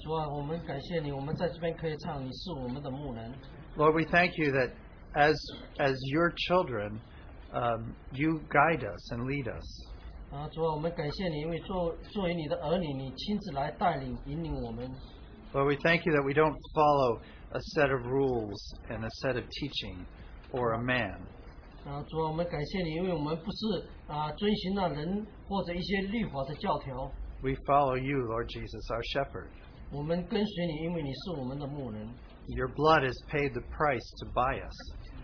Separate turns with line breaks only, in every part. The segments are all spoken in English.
主啊，我们感谢你，我们在这边可以唱，你是我们的牧人。
Lord, we thank you that as, as your children, um, you guide us and lead us.
啊，主啊，我们感谢你，因为作作为你的儿女，你亲自来带领引领我们。
Lord, we thank you that we don't follow a set of rules and a set of teaching or a man.
啊，主啊，我们感谢你，因为我们不是啊遵循那人或者一些律法的教条，
We follow you, Lord Jesus, our shepherd.
我们跟随你，因为你是我们的牧人，
Your blood has paid the price to buy us,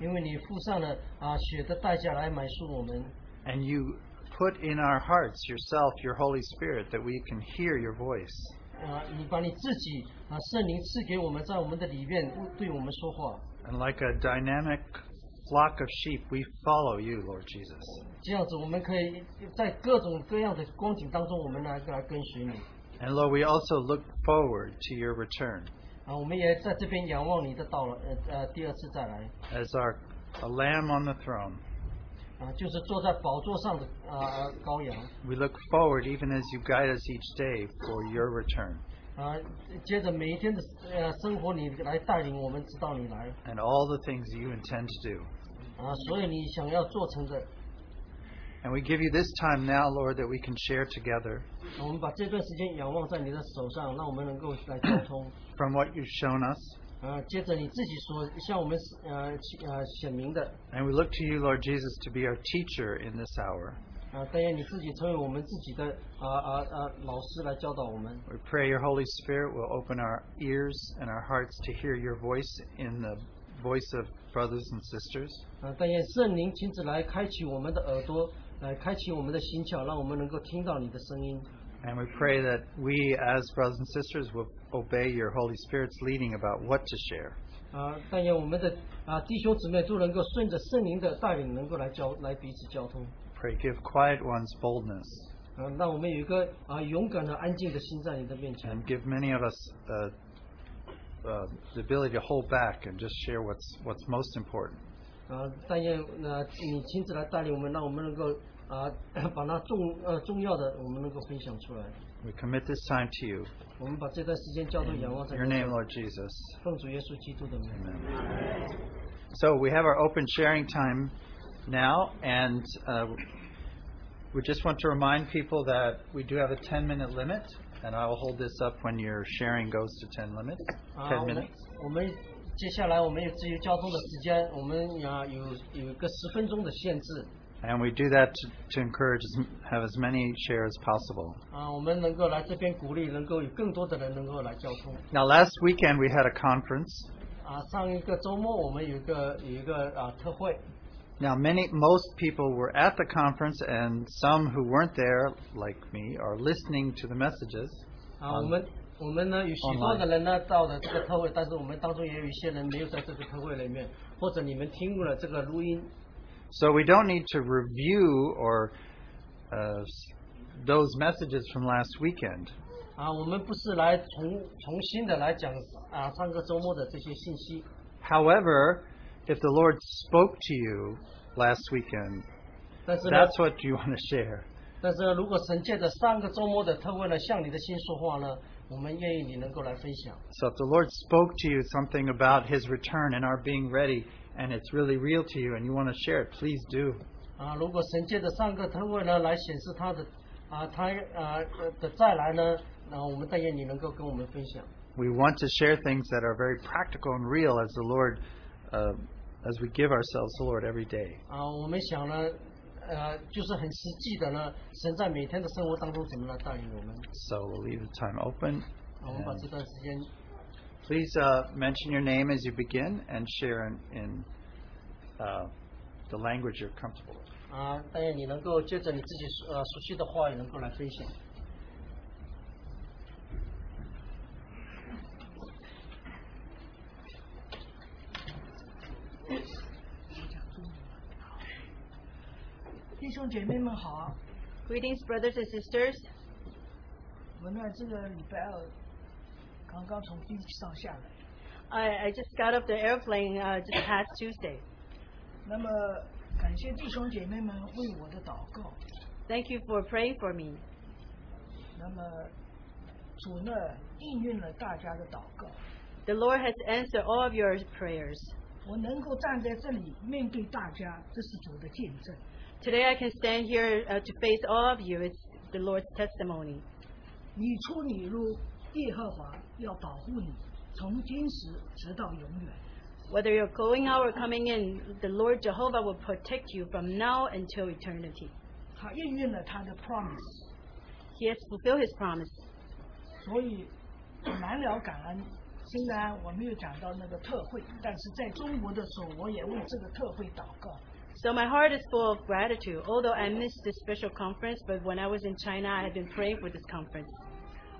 因为你付上了啊血的代价来买赎我们。
and you put in our hearts yourself, your Holy Spirit, that we can hear your voice.
啊，你把你自己啊圣灵赐给我们，在我们的里面对我们说话，
And like a dynamic flock of sheep, we follow you, Lord Jesus.
这样子我们可以在各种各样的光景当中，我们来来跟随你。
And Lord, we also look forward to your return
啊，我们也在这边仰望你的到了，呃呃，第二次再来
as our a lamb on the throne.
啊，就是坐在宝座上的啊羔羊
We look forward even as you guide us each day for your return.
啊，接着每一天的呃生活你来带领我们，直到你来
and all the things that you intend to do.
啊，所有你想要做成的，啊
And we give you this time now, Lord, that we can share together
我们把这段时间仰望在你的手上，让我们能够来沟通。
from what you've shown us.
呃，接着你自己所向我们呃呃显明的，
And we look to you, Lord Jesus, to be our teacher in this hour.
啊，但愿你自己成为我们自己的啊啊啊老师来教导我们。
We pray your Holy Spirit will open our ears and our hearts to hear your voice in the voice of brothers and sisters.
啊，但愿圣灵亲自来开启我们的耳朵，来开启我们的心窍，让我们能够听到你的声音。
And we pray that we, as brothers and sisters, will obey your Holy Spirit's leading about what to share.
啊，但愿我们的啊弟兄姊妹都能够顺着圣灵的带领，能够来交来彼此交通。
Pray, give quiet ones boldness
啊，让我们有一个啊勇敢的、安静的心在你的面前。
and give many of us uh, uh, the ability to hold back and just share what's what's most important.
啊，但愿呃你亲自来带领我们，让我们能够啊 把那重呃重要的我们能够分享出来。
We commit this time to you.
我们把这段时间交托仰望
In
在
Your
你的
name, Lord Jesus.
奉主耶稣基督的名。
Amen. So we have our open sharing time now, and uh, we just want to remind people that we do have a 10-minute limit, and I will hold this up when your sharing goes to 10 limits.
啊，
10
我们
minutes.
我们接下来我们有自由交通的时间，我们啊有有一个十分钟的限制
And we do that to, to encourage as, have as many share as possible.
啊，我们能够来这边鼓励，能够有更多的人能够来交通
Now, last weekend we had a conference.
啊。上一个周末我们有一个有一个啊特会
Now, many, most people were at the conference, and some who weren't there, like me, are listening to the messages. Um,
啊，我们我们呢有许多的人呢到了这个特会，但是我们当中也有一些人没有在这个特会里面，或者你们听过了这个录音
So we don't need to review or uh, those messages from last weekend.
啊，我们不是来重重新的来讲啊上个周末的这些信息。
However, if the Lord spoke to you last weekend,
但是呢，
that's what you want to share.
但是呢，如果神借着上个周末的特会呢，向你的心说话呢，我们愿意你能够来分享。
So if the Lord spoke to you something about His return and our being ready, and it's really real to you, and you want to share it, please do.
啊，如果神借着上个特会呢，来显示他的啊，他啊呃的再来呢，那、我们但愿你能够跟我们分享。
We want to share things that are very practical and real as the Lord, uh, as we give ourselves to the Lord every day.
啊，我们想呢，呃，就是很实际的呢，神在每天的生活当中怎么来带领我们。
So we'll leave the time open.
啊，我们把
and-
这段时间
Please uh, mention your name as you begin and share in, in uh, the language you're comfortable with.
啊，但愿你能够接着你自己所呃熟悉的话语能够来分享。弟兄姐妹们好啊！
Greetings, brothers and sisters.
我呢这个礼拜二刚刚从飞机上下来，
I, I just got off the airplane uh, just past Tuesday.
那么感谢弟兄姐妹们为我的祷告。
Thank you for praying for me.
那么
主呢应允了大家的祷告。
The Lord has answered all of your prayers.
我能够站在这里面对大家，这是主的见证。
Today I can stand here uh, to face all of you. It's the Lord's testimony.
你出你入，耶和华要保护你，从今时直到永远。
Whether you're going out or coming in, the Lord Jehovah will protect you from now until eternity.
他应允了他的 promise，
He has fulfilled his promise.
所以很难了感恩。虽然我没有讲到那个特会，但是在中国的时候，我也为这个特会祷告。
So my heart is full of gratitude. Although I missed this special conference, but when I was in China, I had been praying for this conference.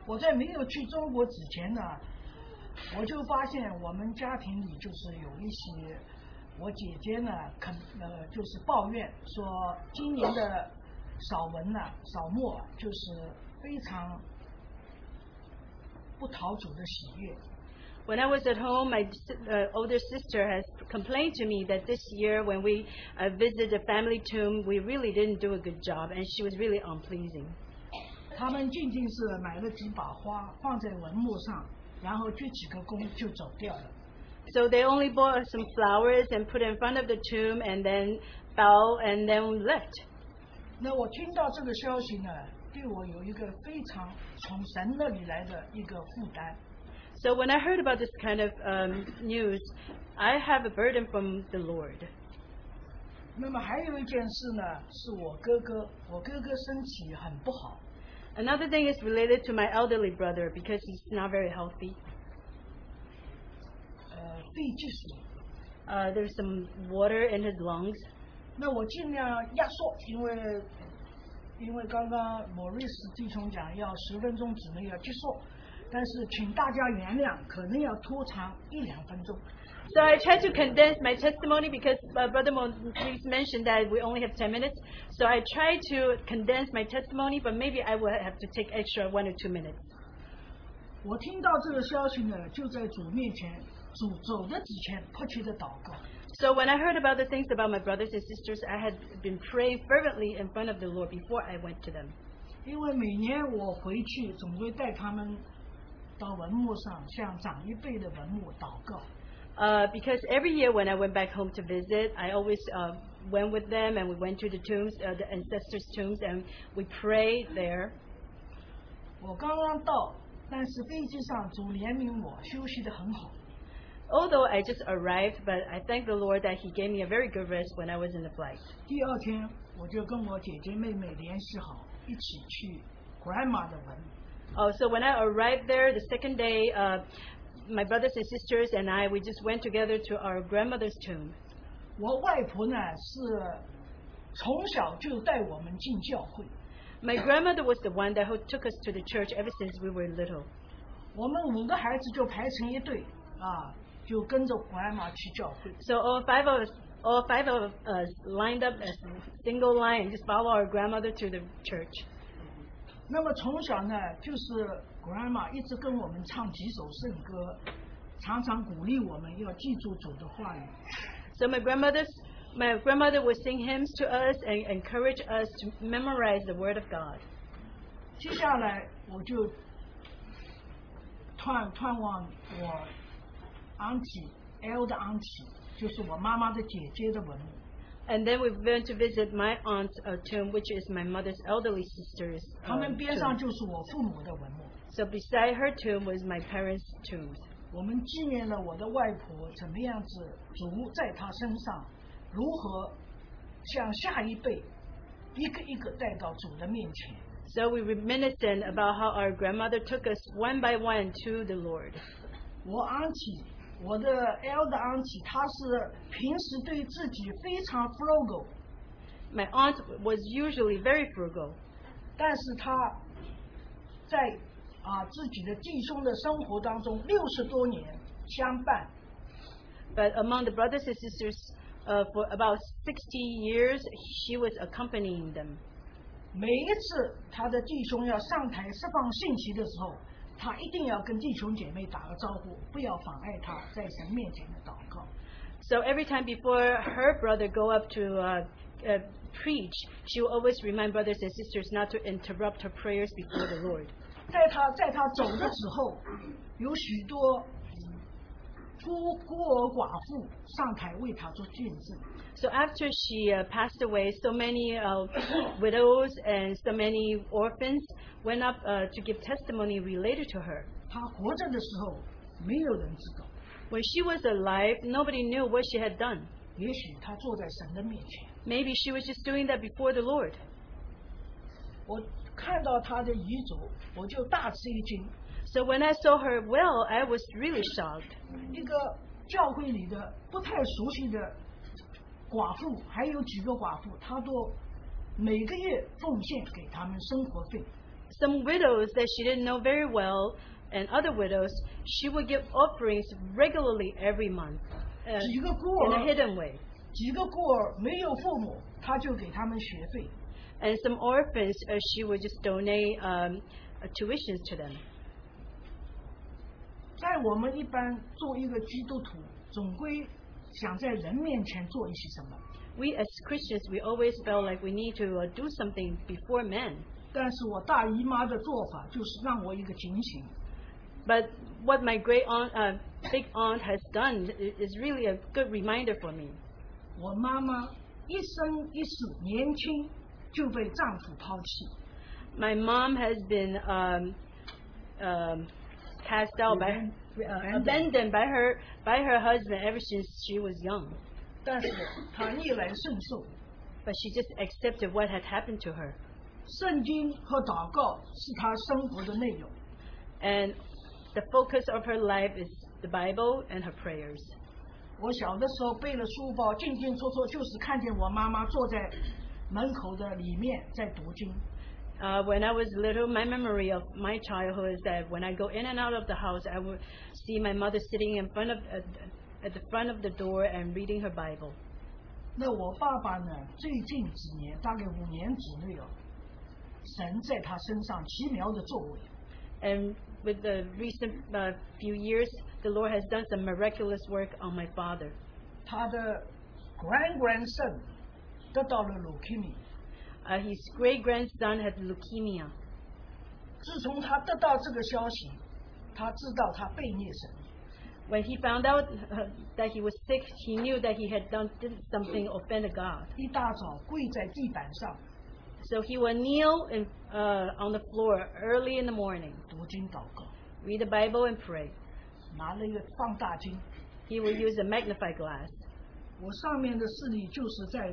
我在没有去中国之前呢，我就发现我们家庭里就是有一些，我姐姐呢肯呃就是抱怨说今年的扫文呐、扫墓啊，就是非常不讨主的喜悦。
When I was at home, my s- uh, older sister has complained to me that this year, when we uh, visited the family tomb, we really didn't do a good job, and she was really unpleasing.
他们仅仅是买了几把花放在文物上，然后鞠几个躬就走掉了。
So they only bought us some flowers and put it in front of the tomb, and then fell and then left.
那我听到这个消息呢，对我有一个非常从神那里来的一个负担。
So when I heard about this kind of um, news, I have a burden from the Lord.
那么还有一件事呢，是我哥哥，我哥哥身体很不好，
Another thing is related to my elderly brother because he's not very healthy.
呃，肺积水。
Uh, there's some water in his lungs.
那我尽量压缩，因为因为刚刚莫瑞斯弟兄讲要十分钟之内要结束，但是请大家原谅，可能要拖长一两分钟。
So I tried to condense my testimony because uh, Brother Moniz mentioned that we only have 10 minutes. So I tried to condense my testimony, but maybe I will have to take extra one or two minutes.
我听到这个消息呢，就在主面前，主走的之前迫切的祷告。
So when I heard about the things about my brothers and sisters, I had been praying fervently in front of the Lord before I went to them.
因为每年我回去总会带他们到文物上向长一辈的文物祷告。
Uh, because every year when I went back home to visit, I always uh, went with them and we went to the tombs, uh, the ancestors' tombs, and we prayed there.
我刚刚到，但是飞机上主怜悯我，休息得很好。
Although I just arrived, but I thank the Lord that He gave me a very good rest when I was in the flight.
第二天我就跟我姐姐妹妹联系好，一起去 grandma 的文。
Oh, so when I arrived there the second day, uh, my brothers and sisters and I, we just went together to our grandmother's tomb.
我外婆呢是从小就带我们进教会，
My grandmother was the one that who took us to the church ever since we were little.
我们五个孩子就排成一队啊，就跟着 grandma 去教会。
So all five of us, all five of us lined up as a single line, just follow our grandmother to the church.
那么从小呢，就是 grandma 一直跟我们唱几首圣歌，常常鼓励我们要记住主的话语。
So my grandmother's, my grandmother would sing hymns to us and encourage us to memorize the Word of God.
接下来我就探探望我 auntie L 的 auntie，就是我妈妈的姐姐的文物。
And then we went to visit my aunt's uh, tomb, which is my mother's elderly sister's.
他
um,
们边
tomb.
上就是我父母的文物。
So beside her tomb was my parents' tomb.
我们纪念了我的外婆怎么样子主在她身上，如何向下一辈一个一个带到主的面前。
So we reminiscent about how our grandmother took us one by one to the Lord.
我 auntie，我的 L 的 auntie，她是平时对自己非常 frugal，
My aunt was usually very frugal,
但是她在啊自己的弟兄的生活当中六十多年相伴，
but among the brothers and sisters, uh, for about 60 years, she was accompanying them.
每一次她的弟兄要上台释放信息的时候，她一定要跟弟兄姐妹打个招呼，不要妨碍她在神面前的祷告。
So every time before her brother go up to uh, uh, preach, she will always remind brothers and sisters not to interrupt her prayers before the Lord.
在他在他走的时候，
嗯
有许多孤孤儿寡妇上台为他做见证。
So after she uh, passed away, so many uh, widows and so many orphans went up uh, to give testimony related to her.
他活着的时候，没有人知道，
When she was alive, nobody knew what she had done.
也许他坐在神的面前。
Maybe she was just doing that before the Lord.
我看到他的遗嘱，我就大吃一惊。
So when I saw her well, I was really shocked.
一个教会里的不太熟悉的寡妇，还有几个寡妇，她都每个月奉献给他们生活费。
Some widows that she didn't know very well, and other widows, she would give offerings regularly every month uh,
几个孤
in a
儿，
hidden way.
几个孤儿没有父母，她就给他们学费。
And some orphans, uh, she would just donate um, uh, tuitions to them.
在我们一般做一个基督徒，总归想在人面前做一些什么，
We as Christians, we always felt like we need to uh, do something before men.
但是我大姨妈的做法就是让我一个警醒。
But what my great aunt, uh, big aunt has done i- is really a good reminder for me.
我妈妈一生一世年轻就被丈夫抛弃，
My mom has been um, um, cast out by,
Aban-
uh, abandoned by her by her husband ever since she was young.
但是她逆来顺受。
But she just accepted what had happened to her,
圣经和祷告是她生活的内容。
and the focus of her life is the Bible and her prayers.
我小的时候背了书包，进进出出就是看见我妈妈坐在门口的里面在读经。
Uh, when I was little, my memory of my childhood is that when I go in and out of the house, I would see my mother sitting in front of at, at the front of the door and reading her Bible.
那我爸爸呢？最近几年，大概五年之内哦，神在他身上奇妙的作为，
And with the recent uh, few years, the Lord has done some miraculous work on my father.
他的 grand grandson 得到了 leukemia。
Uh, his great grandson had leukemia.
自从他得到这个消息，他知道他被虐神，
When he found out uh, that he was sick, he knew that he had done did something offended God.
一大早跪在地板上
So he would kneel in, uh, on the floor early in the morning,
读经祷告，
read the Bible, and pray.
拿了一个放大镜。
He would use a magnify glass.
我上面的视力就是在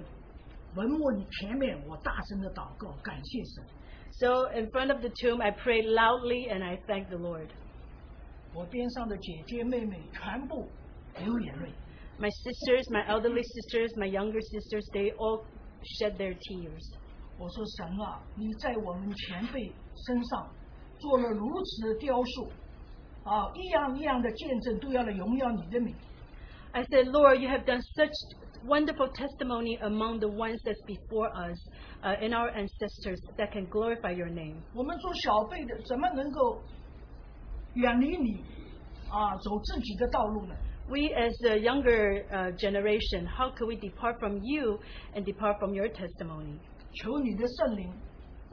文物前面，我大声的祷告，感谢神。
So in front of the tomb, I prayed loudly and I thanked the Lord.
我边上的姐姐妹妹全部流眼泪。
My sisters, my elderly sisters, my younger sisters, they all shed their tears.
我说神啊，你在我们前辈身上做了如此的雕塑，啊，一样一样的见证都要来荣耀你的名。
I said, Lord, you have done such wonderful testimony among the ones that's before us uh, in our ancestors that can glorify your name.
我们做小辈的怎么能够远离你啊，走自己的道路呢？
We, as the younger uh, generation, how could we depart from you and depart from your testimony?
求你的圣灵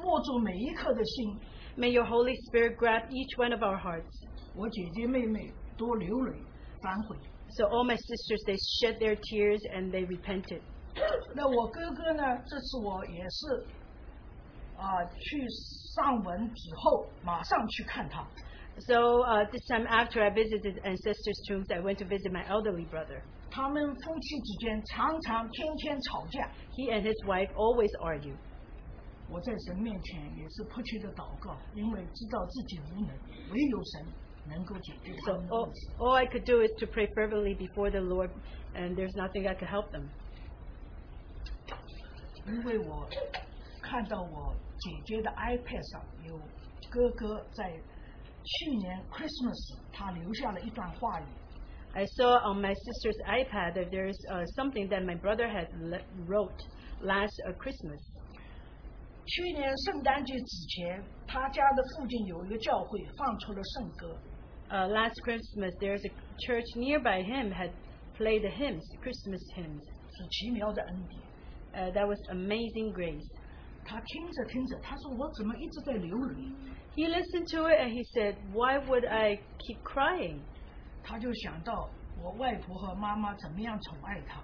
握住每一刻的心。
May your Holy Spirit grab each one of our hearts.
我姐姐妹妹多流泪反悔。
So all my sisters, they shed their tears and they repented.
那我哥哥呢？这次我也是啊，去上文之后马上去看他。
So uh, this time after I visited ancestors' tombs, I went to visit my elderly brother.
他们夫妻之间常常天天吵架。
He and his wife always argue.
我在神面前也是迫切的祷告，因为知道自己无能，唯有神能够解决他
So
们的
all,
问题。
all I could do is to pray fervently before the Lord, and there's nothing I could help them. oh.
因为我看到我姐姐的 iPad 上有哥哥在去年 Christmas 他留下了一段话语，
I saw on my sister's iPad that there's uh, something that my brother had le- wrote last uh, Christmas.
去年圣诞节之前，他家的附近有一个教会放出了圣歌，
Uh, last Christmas, there's a church nearby him had played the hymns, Christmas hymns.
是奇妙的恩典。
Uh, that was amazing grace.
他听着听着，他说我怎么一直在流泪？
He listened to it and he said, Why would I keep crying?
他就想到我外婆和妈妈怎么样宠爱他，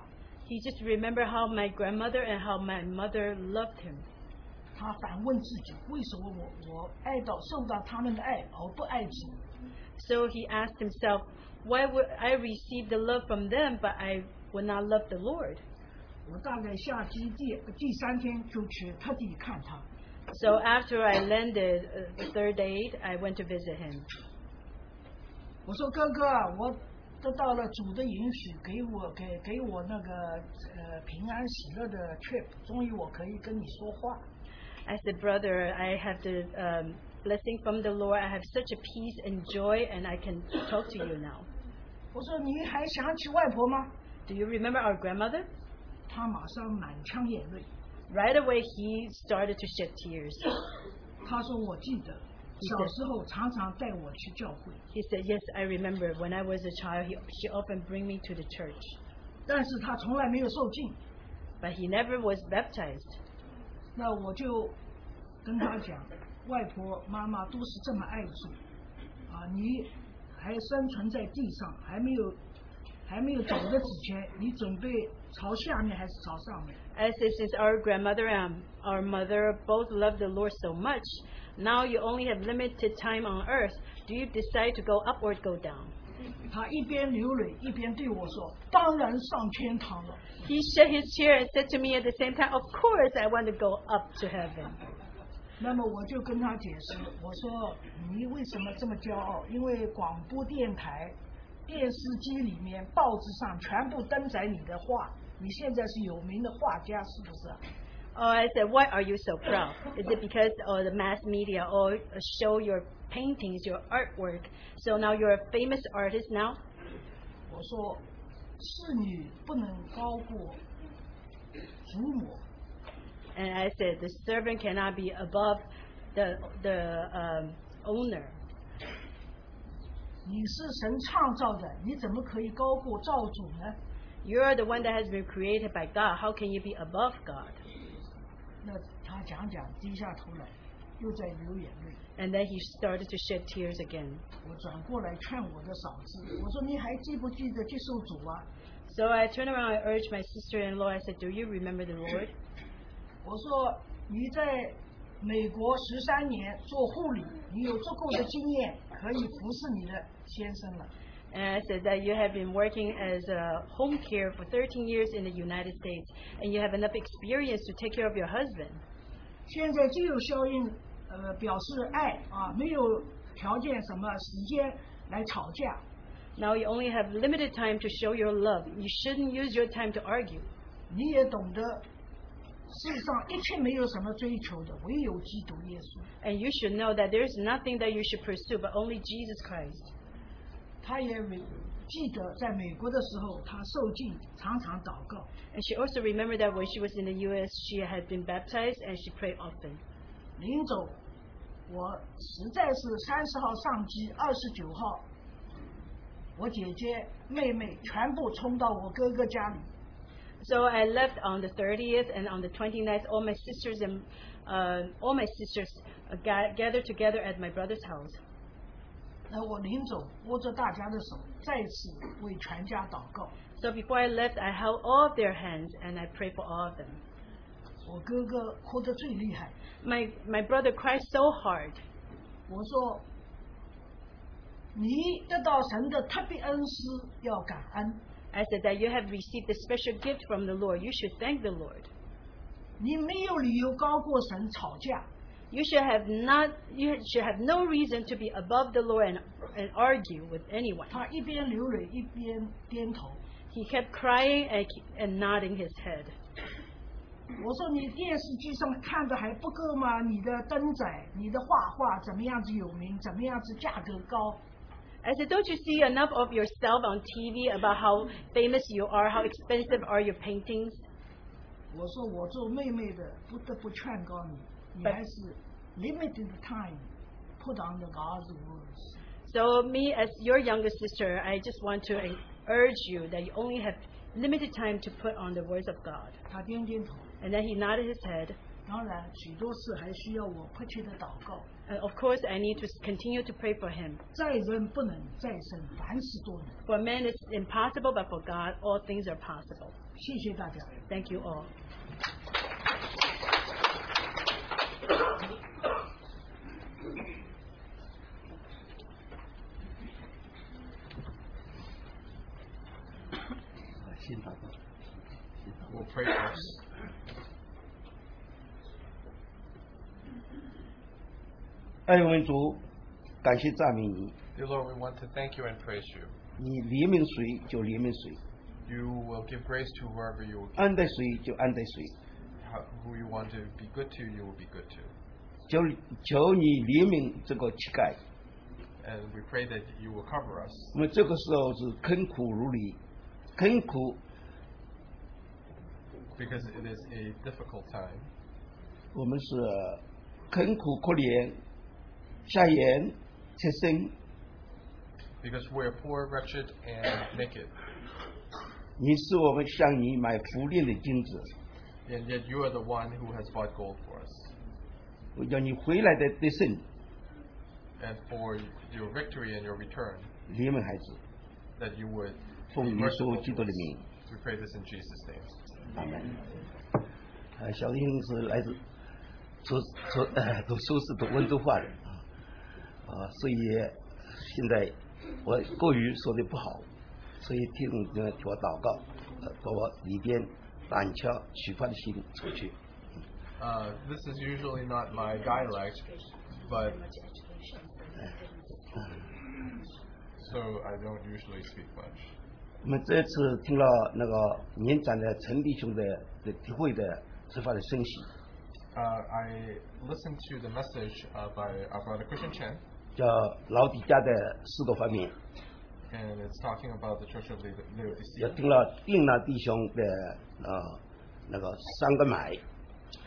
He just remembered how my grandmother and how my mother loved him.
他反问自己，为什么我我爱到受到他们的爱而不爱主？
So he asked himself, Why would I receive the love from them, but I would not love the Lord?
我大概下机第第三天就去特地看他，
So after I landed uh, the third day, I went to visit him.
我说哥哥啊，我得到了主的允许，给我给给我那个呃平安喜乐的 trip，终于我可以跟你说话。
I said, Brother, I have the um, blessing from the Lord. I have such a peace and joy, and I can talk to you now.
我说你还想起外婆吗？
Do you remember our grandmother?
他马上满腔眼泪，
Right away, he started to shed tears.
他说我记得小时候常常带我去教会，
He said, Yes, I remember. When I was a child, he, she often bring me to the church,
但是他从来没有受浸。
but he never was baptized.
那我就跟他讲，外婆、妈妈都是这么爱主，啊，你还生存在地上，还没有还没有走的之前，你准备朝下面还是朝上面？
I said, since our grandmother and our mother both love the Lord so much, now you only have limited time on earth. Do you decide to go up or go down?
他一边流泪一边对我说：“当然上天堂了。
He shed his chair and said to me at the same time, Of course, I want to go up to heaven. ”
那么我就跟他解释，我说：“你为什么这么骄傲？因为广播电台、电视机里面、报纸上全部登载你的画，你现在是有名的画家，是不是？”啊
Oh, I said, Why are you so proud? Is it because oh, the mass media all uh, show your paintings, your artwork? So now you're a famous artist now?
我说，侍女不能高过祖母，
And I said, The servant cannot be above the, the um, owner.
你是神创造的，你怎么可以高过造主呢？
You're the one that has been created by God. How can you be above God?
那他讲讲，低下头来，又在流眼泪。
And then he started to shed tears again.
我转过来劝我的嫂子，我说你还记不记得接受主啊？
So I turned around and urged my sister in law. I said, Do you remember the Lord?
我说你在美国十三年做护理，你有足够的经验，可以服侍你的先生了。
And I said that you have been working as a home care for 13 years in the United States and you have enough experience to take care of your husband.
现在只有效应，呃，表示爱啊，没有条件什么时间来吵架。
Now you only have limited time to show your love. You shouldn't use your time to argue.
你也懂得，世上一切没有什么追求的，唯有基督耶稣。
And you should know that there's nothing that you should pursue but only Jesus Christ.
他也没呃记得在美国的时候，他受尽常常祷告。
And she also remembered that when she was in the U.S., she had been baptized and she prayed often.
临走，我实在是三十号上机，二十九号，我姐姐、妹妹全部冲到我哥哥家里，
So I left on the 30th, and on the 29th, all my sisters and uh, all my sisters uh, ga- gathered together at my brother's house.
那我临走握着大家的手，再次为全家祷告。
So before I left, I held all of their hands and I prayed for all of them.
我哥哥哭得最厉害，
My my brother cried so hard.
我说：“你得到神的特别恩师，要感恩。
I said that you have received a special gift from the Lord. You should thank the Lord.
你没有理由高过神吵架。
You should have not. You should have no reason to be above the Lord and, and argue with anyone. ”
他一边流泪一边点头。
He kept crying and, and nodding his head.
我说：“你电视机上看的还不够吗？你的灯仔，你的画画怎么样子有名？怎么样子价格高？
I said, Don't you see enough of yourself on TV about how famous you are, how expensive are your paintings?
我说我做妹妹的不得不劝告你，你还是 limited time put on the God's rules。
So, me as your younger sister, I just want to urge you that you only have limited time to put on the words of God.
他点点头。
And then he nodded his head.
当然，许多事还需要我迫切的祷告。
And of course, I need to continue to pray for him.
再人不能，再生凡事都能。
For man, it's impossible, but for God, all things are possible.
谢谢大家。
Thank you all.
We'll pray first. Dear Lord, we want to thank you and praise you.
你怜悯谁就怜悯谁，
You will give grace to whoever you will,
恩待谁就恩待谁。
how- who you want to be good to, you will be good to.
求求你怜悯这个乞丐。
And we pray that you will cover us.
我们这个时候是坑苦如犁，坑苦，
Because it is a difficult time.
我们是坑苦可怜，下眼赤身。
Because we are poor, wretched, and naked.
你是我们向你买福链的金子，
And yet you are the one who has bought gold for us.
我要你回来的得胜，
And for your victory and your return,
怜悯孩子，
that you would
奉
be
耶稣
merciful
基
to
督
us.
的名，
We pray this in Jesus' name.
阿门。啊，小弟兄是来自读读呃读书是读温州话的啊，啊，所以现在我国语说的不好，所以听众呢替我祷告，呃，把我里边胆怯虚怕的心除去。
Uh, this is usually not my dialect, but so I don't usually speak much.
我们这次听了那个年长的陈弟兄的的体会的执法的声息，
Uh, I listened to the message uh, by our brother Christian Chen,
叫老底家的四个方面，
and it's talking about the Church of Laod-
也
Laodicea,
听了定了弟兄的呃那个三个买，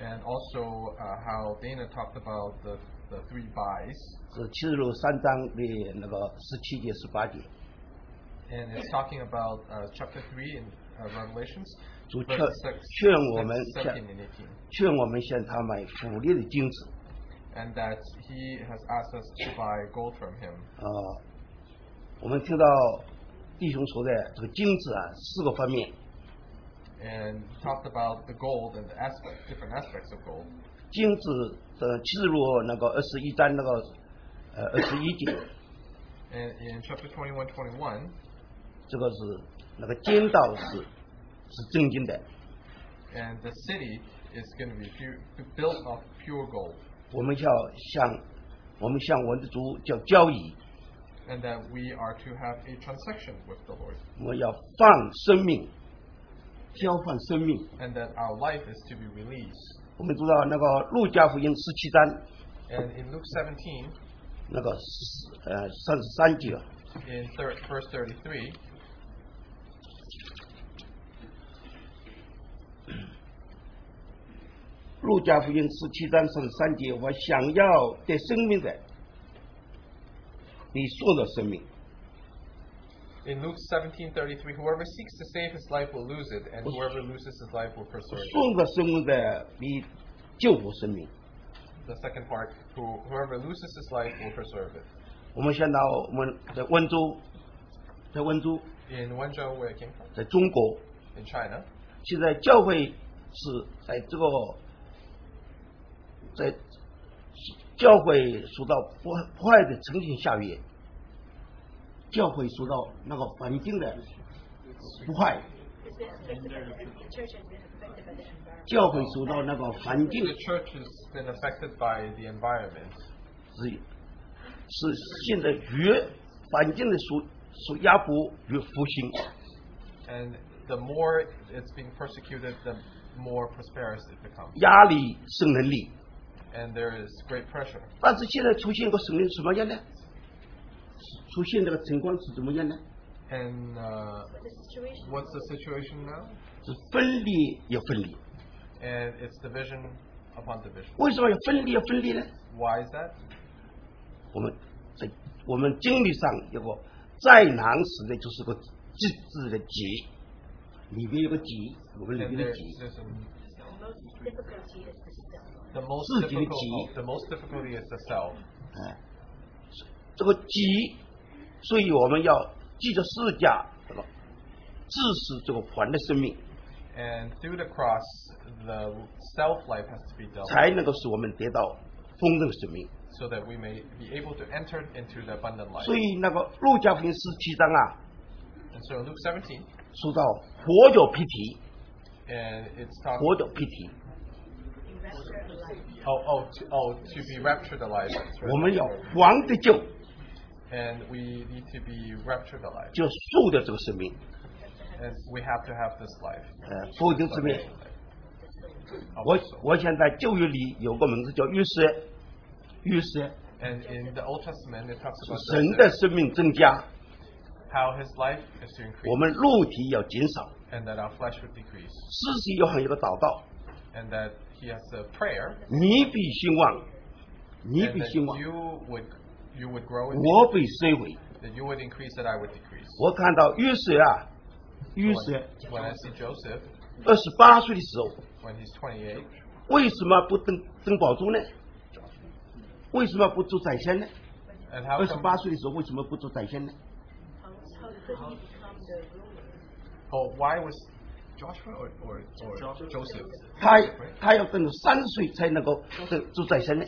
and also uh, how Dana talked about the, the three buys,
是七十六三章的那个十七节十八节，
and it's talking about uh, chapter 3 in uh, Revelations,
主劝
verses 6,
劝我们
6,
向
17 and 18.
劝我们向他买腐裂的金子，
and that he has asked us to buy gold from him.
啊、我们听到弟兄说的这个金子啊四个方面，
And he talked about the gold and the aspect, different aspects of gold.
金子的七十六那个二十一章那个呃二十一节，
And in chapter 21, 21,
这个是那个金道是是正经的，
and the city is going to be pu- built of pure gold,
我们要向我们向我们的主叫交易，
and that we are to have a transaction with the Lord,
我们要放生命，交换生命。
and that our life is to be released.
我们知道那个路加福音十七章
And in Luke 17,
那个十呃三十三节，
in thir- verse 33,
路加福音十七章三十三节，我想要得生命的，你送了生命；
in Luke 17:33, whoever seeks to save his life will lose it, and whoever loses his life will preserve it.
送了生命的，你救活生命。
the second part, who, whoever loses his life will preserve it.
我们想到我们在温州，在温州，
In Wenzhou, where I came from,
在中国，
in China,
现在教会是在这个在教会受到破破坏的情形下面，教会受到那个环境的破坏，
Is it affected by the church? Is it affected by the environment?
教会受到那个环境
the church has been affected by the environment.
是是现在越环境的所所压迫越复兴，
And the more it's being persecuted, the more prosperous it becomes.
压力生能力。
And there is great pressure.
但是现在出现一个什么什么样呢？出现这个情况是怎么样呢？
And uh,
The situation.
what's the situation now?
是分离也分离。
And it's division upon division.
为什么要分裂分裂呢？
Why is that?
我们在我们经历上有个再难死的就是个极致的极，里面有个极，我们里
And
面的
there's,
极，
there's an,
The most
The most
difficulty is the self.
自己的
difficult,
己
the most difficulty is the self.
哎，这个己，所以我们要记着释迦，对吧？致使这个还的生命，
And through the cross, the self life has to be dealt
才能够使我们得到丰盛生命。
with so that we may be able to enter into the abundant life.
所以那个路加福音十七章啊，
And so in Luke 17,
说到活有菩提，
and it's talking.
活有菩提，
Oh, oh, to, oh, to be raptured alive. that's right.
我们要还得救，
And we need to be raptured alive.
就树的这个生命，
And we have to have this life.
呃，否则生命。
Of
我
the soul.
我想在旧约里有个名字叫约瑟，约瑟
And in the Old Testament, it talks
神
about
的
Joseph,
生命增加，
how his life is to increase
我们肉体要减少。
and that our flesh would decrease.
四十约翰有个祷告，
And that he has a prayer
你比兴旺，你
and
比
that
兴旺，
you would, you would grow in me,
我比衰微。
that you would increase, that I would decrease.
我看到约瑟啊，约
When,
瑟
when I see Joseph,
二十八岁的时候，
when he's 28,
为什么不登登宝珠呢？为什么不做宰相呢？
and how
二十
come,
八岁的时候哎为什么不做宰相呢？
oh, why was Joshua or, or, or Joseph?
他
right?
他要等到三十岁才能够做做宰相呢？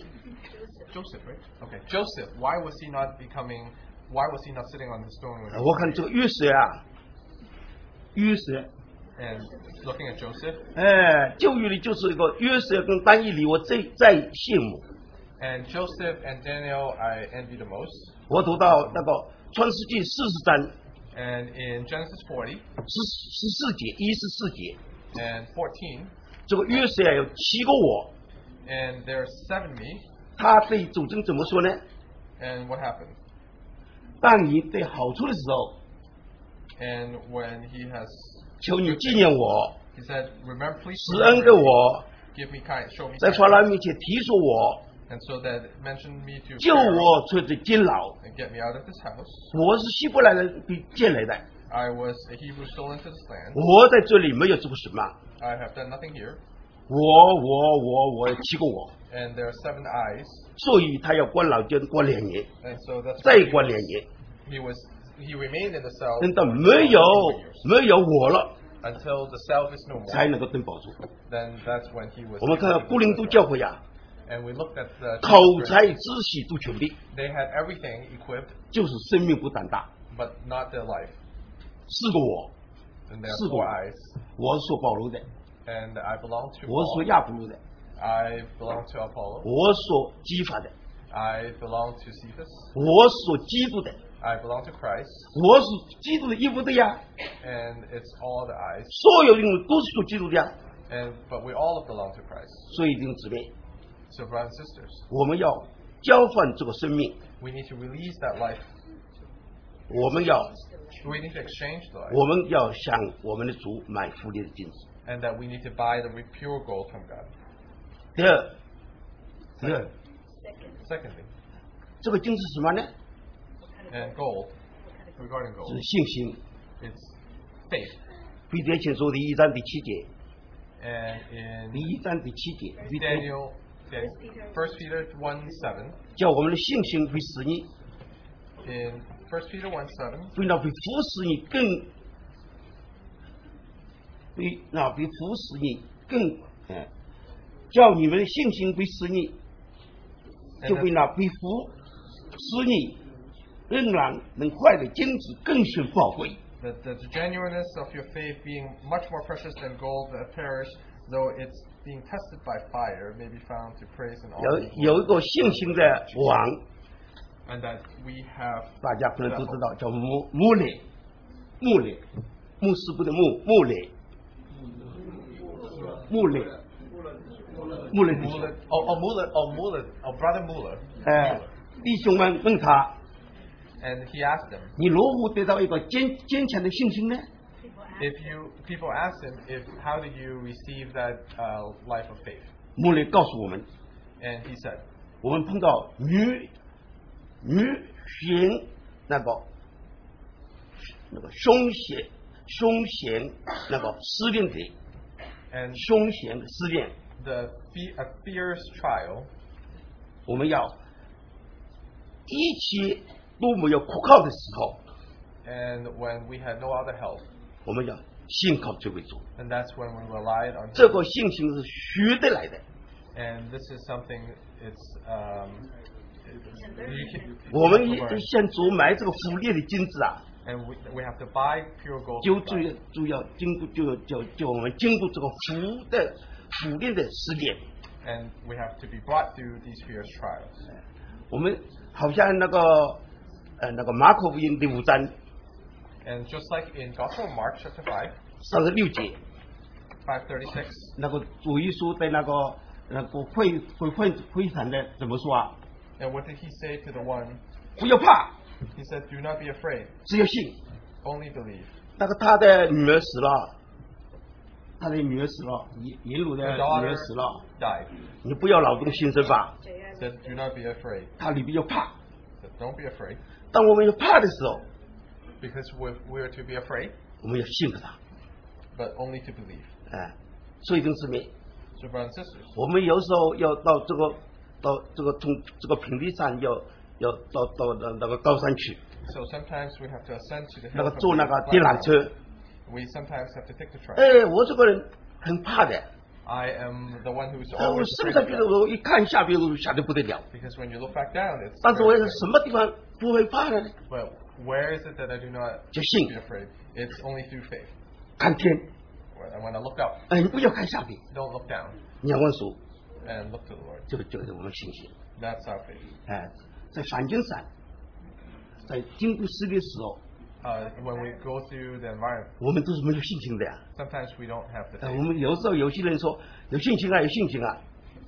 Joseph, right? Okay, Joseph. Why was he not becoming? Why was he not sitting on his throne? With
我看这个约瑟啊，约瑟
and looking at Joseph,
哎，旧约里就是一个约瑟跟丹尼里，我最在羡慕。
and Joseph and Daniel, I envy the most.
我读到那个《创世纪》四十章
And in Genesis 40
十十四节一十四节，
and 14,
这个约瑟啊有七个我，
and there's seven me.
他对祖宗怎么说呢？
And what happened?
当你对好处的时候，
And when he has,
求你纪念我，
he said, "Remember, please
施恩给
remember me.
我，
give me kind, show me
在法老
kindness,
面前提出我，
and so that mention me to
救
Pharaoh
我出这监牢。
and get me out of this house.
我是希伯来人被建来的，
I was a Hebrew stolen to this land.
我在这里没有做过什么，
I have done nothing here."
我我我我有七个我，
And there are seven eyes.
所以他要关牢监关两年。
And so that's
再
why he
过
was,
两年，
he was he remained in the cell
等到没有
for years.
没有我了，
until the cell is no
才
more.
能够登宝珠。
Then that's when he was.
我们看看古林都教会呀，
And we looked at the
口
children.
才、知识都全备，
They had everything equipped,
就是生命不胆大。
but not their life.
四个我，
And there
Sư
are four
phụ.
eyes.
我是说保罗的，
And I belong to
我是
Paul.
说亚布鲁的，
I belong to Apollo.
我是说基法的，
I belong to Cephas.
我是说基督的，
I belong to Christ.
我是基督的衣服的呀。
And it's all the eyes.
所有的人都是属基督的呀。
And but we all belong to Christ.
所以，弟兄姊妹，
So brothers and sisters,
我们要交换这个生命，
we need to release that life.
我们要
We need to exchange the life.
我们要向我们的主买福利的金子。
and that we need to buy the re- pure gold from God.
第二，第二，
Secondly,
这个金是什么呢？
and gold, regarding
是
gold,
信心。
it's faith.
彼得前书的一章第七节，
And
第
in
一章第七节，彼得
Daniel, First Peter 1 7,
叫我们的信心会使你，
in First Peter 1 7,
会让比服侍你更，会让比服侍你更，嗯，叫你们的信心会使你，就会让比服使你仍然能快乐坚持更显宝贵。
that the genuineness of your faith being much more precious than gold that perish, though it's being tested by fire, may be found to praise and
有
honor. and
有一
glory.
个信心的王，
And that we have
大家可能都知道，叫穆穆雷，穆雷，穆斯部的穆穆雷，穆雷，穆雷弟兄，
Muller, oh, oh, Muller, oh, Muller, oh, brother Muller.
哎，弟兄们问他，
And he asked them,
你如何得到一个坚坚强的信心呢？
if you people ask him if how do you receive that uh, life of faith
穆雷告诉我们，
and he said
我们碰到女女贤那个那个凶险凶险那个失恋者，
and
凶险的失恋，
the fe- a fierce trial,
我们要一切都没有可靠的时候，
and when we had no other help,
我们要信靠这位主。
and that's when we relied on
这
Him.
个信心是学得来的，
And this is something it's um, you can-
我们
Lord.
先主埋这个腐裂的金子啊，
and we, we have to buy pure gold.
就
from
就
God.
就要经过，就就就我们经过这个腐的腐裂的试炼，
And we have to be brought through these fierce trials.
我们好像那个呃那个马可福音第五章
And just like in Gospel of Mark chapter 5,
三十六节，
536,
那个主耶稣对那个那个会会会会场的怎么说啊？
and what did he say to the one?
不要怕，
He said, Do not be afraid,
只要信。
only believe.
那个他的女儿死了，他的女儿死了，银银鲁的
The
女儿
daughter
死了，
died.
你不要劳动心生吧，
said, Do not be afraid.
他里面要怕。
Said, Don't be afraid.
当我们有怕的时候，
Because we're, we're to be afraid,
我们要信着他，
but only to believe.
哎，所以弟兄姊妹，
So, brothers and sisters,
我们有时候要到这个到这个从这个平地上要要到到那那个高山去，
so sometimes we have to ascend to the
那
hill.
个
from
坐那
the
个电缆
platform.
车，
We sometimes have to take the train.
哎，我这个人很怕的，
I am the one who's
哎，我
always
身
afraid
上
of
边的
that.
我一看下边我就吓得不得了，
Because when you look back down, it's.
但是我
very
是
scary.
什么地方不会怕呢？
But where is it that I do not
就
be
信
afraid? It's only through faith.
看天，
When- And when I look up,
哎，你不要看下边，
don't look down
你仰望主，
and look to the Lord.
就就是我们信心。
That's our faith.
哎，在反经上，在经过试的时候，
Uh, when we go through the environment,
我们都是没有信心的呀、
sometimes we don't have the
哎，
faith.
我们有时候有些人说有信心啊，有信心啊，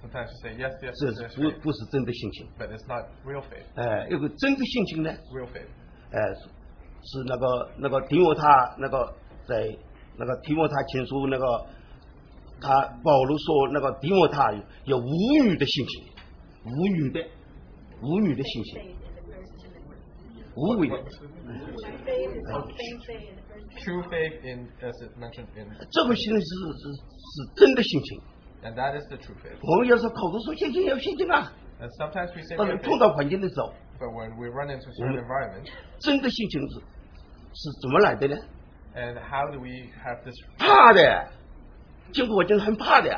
Sometimes we say, yes, yes,
这
yes, yes,
不
faith,
不是真的信心。
but it's not real faith.
哎，有个真的信心呢，
Real faith.
哎，是是那个那个提摩他那个在那个提摩他前书那个，他保罗说那个提摩他有有无语的信心，无语的无语的信心，无为的。
True faith in, as it mentioned in,
这个信心是是是真的信心。
and that is the true faith.
我们有时候口头说信心有信心啊，
And sometimes we say
但
we
是
have
碰
faith,
到环境的时候，
but when we run into certain
Mm.
environments,
真的信心是是怎么来的呢？
and how do we have this?
怕的，经过我真的很怕的，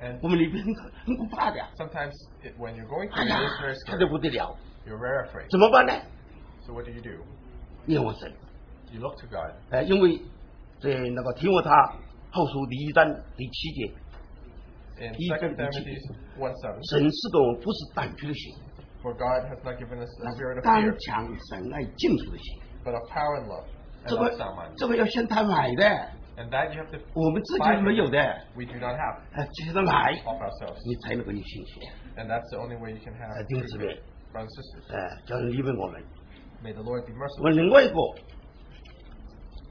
And
我们里边很很恐怕的，
sometimes it, when you're going
哎
through it,
呀
it is very，
怕的
scary.
不得了，
You're very afraid.
怎么办呢？
So what do you do?
念我神，
You look to God.
哎，因为在那个提摩他后书第一章第七节，
In
He
2
can-
Timothy 1 7,
神是个我们不是胆怯的心，
for God has not given us
那
a
是
spirit of
刚
fear,
强、神爱、敬虔的心。
but of power and love,
这
and of
个
sound
这个要向他买的，
And that you have to
我们自
buy
己
from
没有
it.
的，Uh,
We do not have
哎，接着买，
of ourselves.
你才能够有信心。
And that's the only way you can
哎，
have
弟兄
true
姊
faith.
妹，
Brothers and sisters,
哎，叫人离问我们。
may the Lord be
我
merciful.
们另外一个，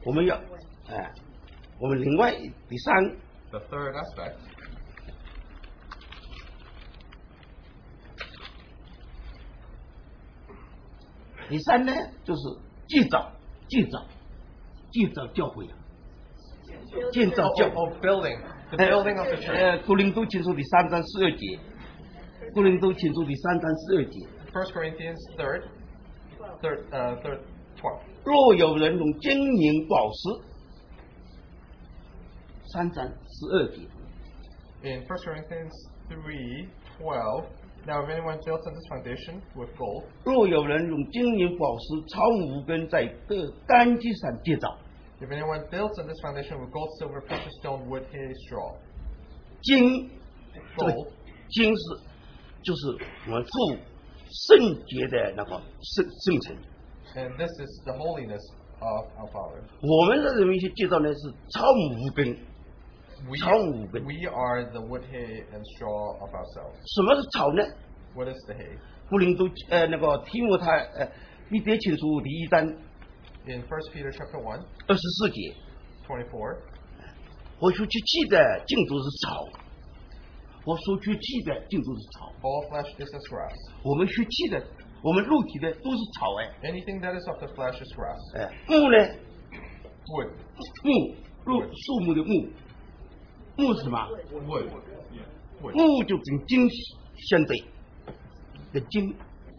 我们要，哎，我们另外第三
The third aspect
第三呢，就是尽早尽早尽早教会啊，尽早
oh,
教
oh,
会。
oh, building. The
哎
building of the church.
呃，《古林都前书》第三章十二节，《古林都前书》第三章十二节，
First Corinthians 3rd, 3rd, uh, 3rd, 12.
若有人用金银宝石，三章十二节，
In 1 Corinthians 3 12, now if anyone builds on this foundation with gold,
若有人用金银宝石超无根在各干基上建造，
if anyone builds on this foundation with gold, silver, precious stone, wood, hay, straw,
金这个
gold
金是就是我们住圣洁的那个圣圣城，
And this is the holiness of our Father.
我们的人民去建造呢是超无根。
We,
超无根。
we are the wood, hay, and straw of ourselves.
什么是草呢？
What is the hay?
古林都呃那个提摩太呃彼得前书第一章
In 1 Peter chapter 1,
二十四节，
24,
我所去记的尽都是草，我所去记的尽都是草，
all flesh is as grass.
我们去记的，我们肉体的都是草哎
Anything that is of the flesh is grass.
哎木呢
Wood.
木木树木的木木是什么？
Wood. Wood.
木就跟金相对，那金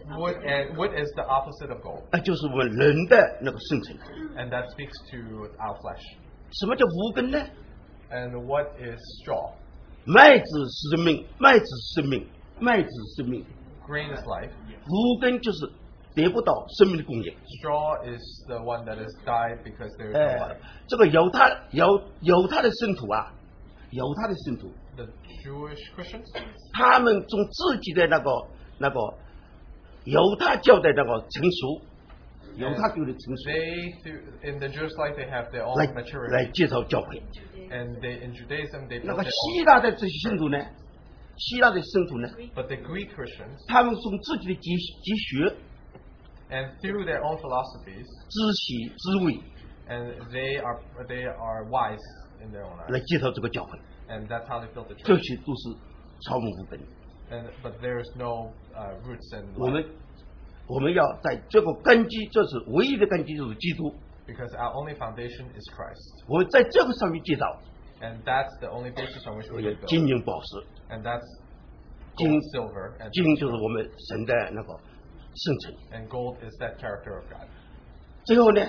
Wood and wood is the opposite of gold,
啊，就是我们人的那个生存。
and that speaks to our flesh.
什么叫无根呢？
And what is straw?
麦子是生命，麦子是生命，麦子是生命，
Grain is life.
无根就是得不到生命的供应。
Straw is the one that has died because there is
哎
no life.，
这个犹太犹犹太的信徒啊，犹太的信徒，
The Jewish Christians,
他们从自己的那个那个犹太教的那个成熟，犹
哎
太教的成熟
they through, in the Jewish life they have their own
来来
maturity,
介绍教会。
and they in Judaism they
那
put
个
their
希
own.
腊的这些信徒呢，希腊的信徒呢，
But the Greek Christians,
他们从自己的哲哲学、
and through their own philosophies,
知识、智慧
and they are they are wise in their own
来
eyes,
介绍这个教会，
and that's how they built the
这
church.
些都是草木无根。
And but there is no uh, roots and
我
life
们我们要在这个根基，这是唯一的根基，就是基督。
because our only foundation is Christ,
我们在这个上面介绍，
and that's the only basis on which
我
we
有
can
金
build,
银宝石，
and that's
金
gold, silver, and
金就是我们神的那个圣城。
and gold is that character of God.
最后呢，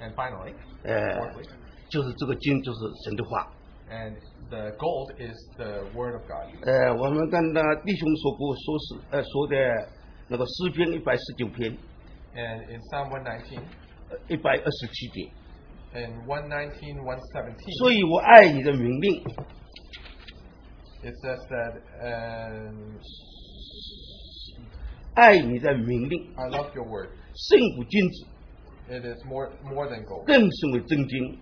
And finally,
呃
fourthly,，
就是这个金就是神的话。
and the gold is the word of God.
呃，我们跟那弟兄说过，说是呃说的那个诗篇一百十九篇，呃
And in Psalm 119,
一百二十七节。
in 119, 117,
所以我爱你的命令，
it says that, um,
爱你的命令
I love your word.
胜过金子，
It is more more than gold,
更胜为真经。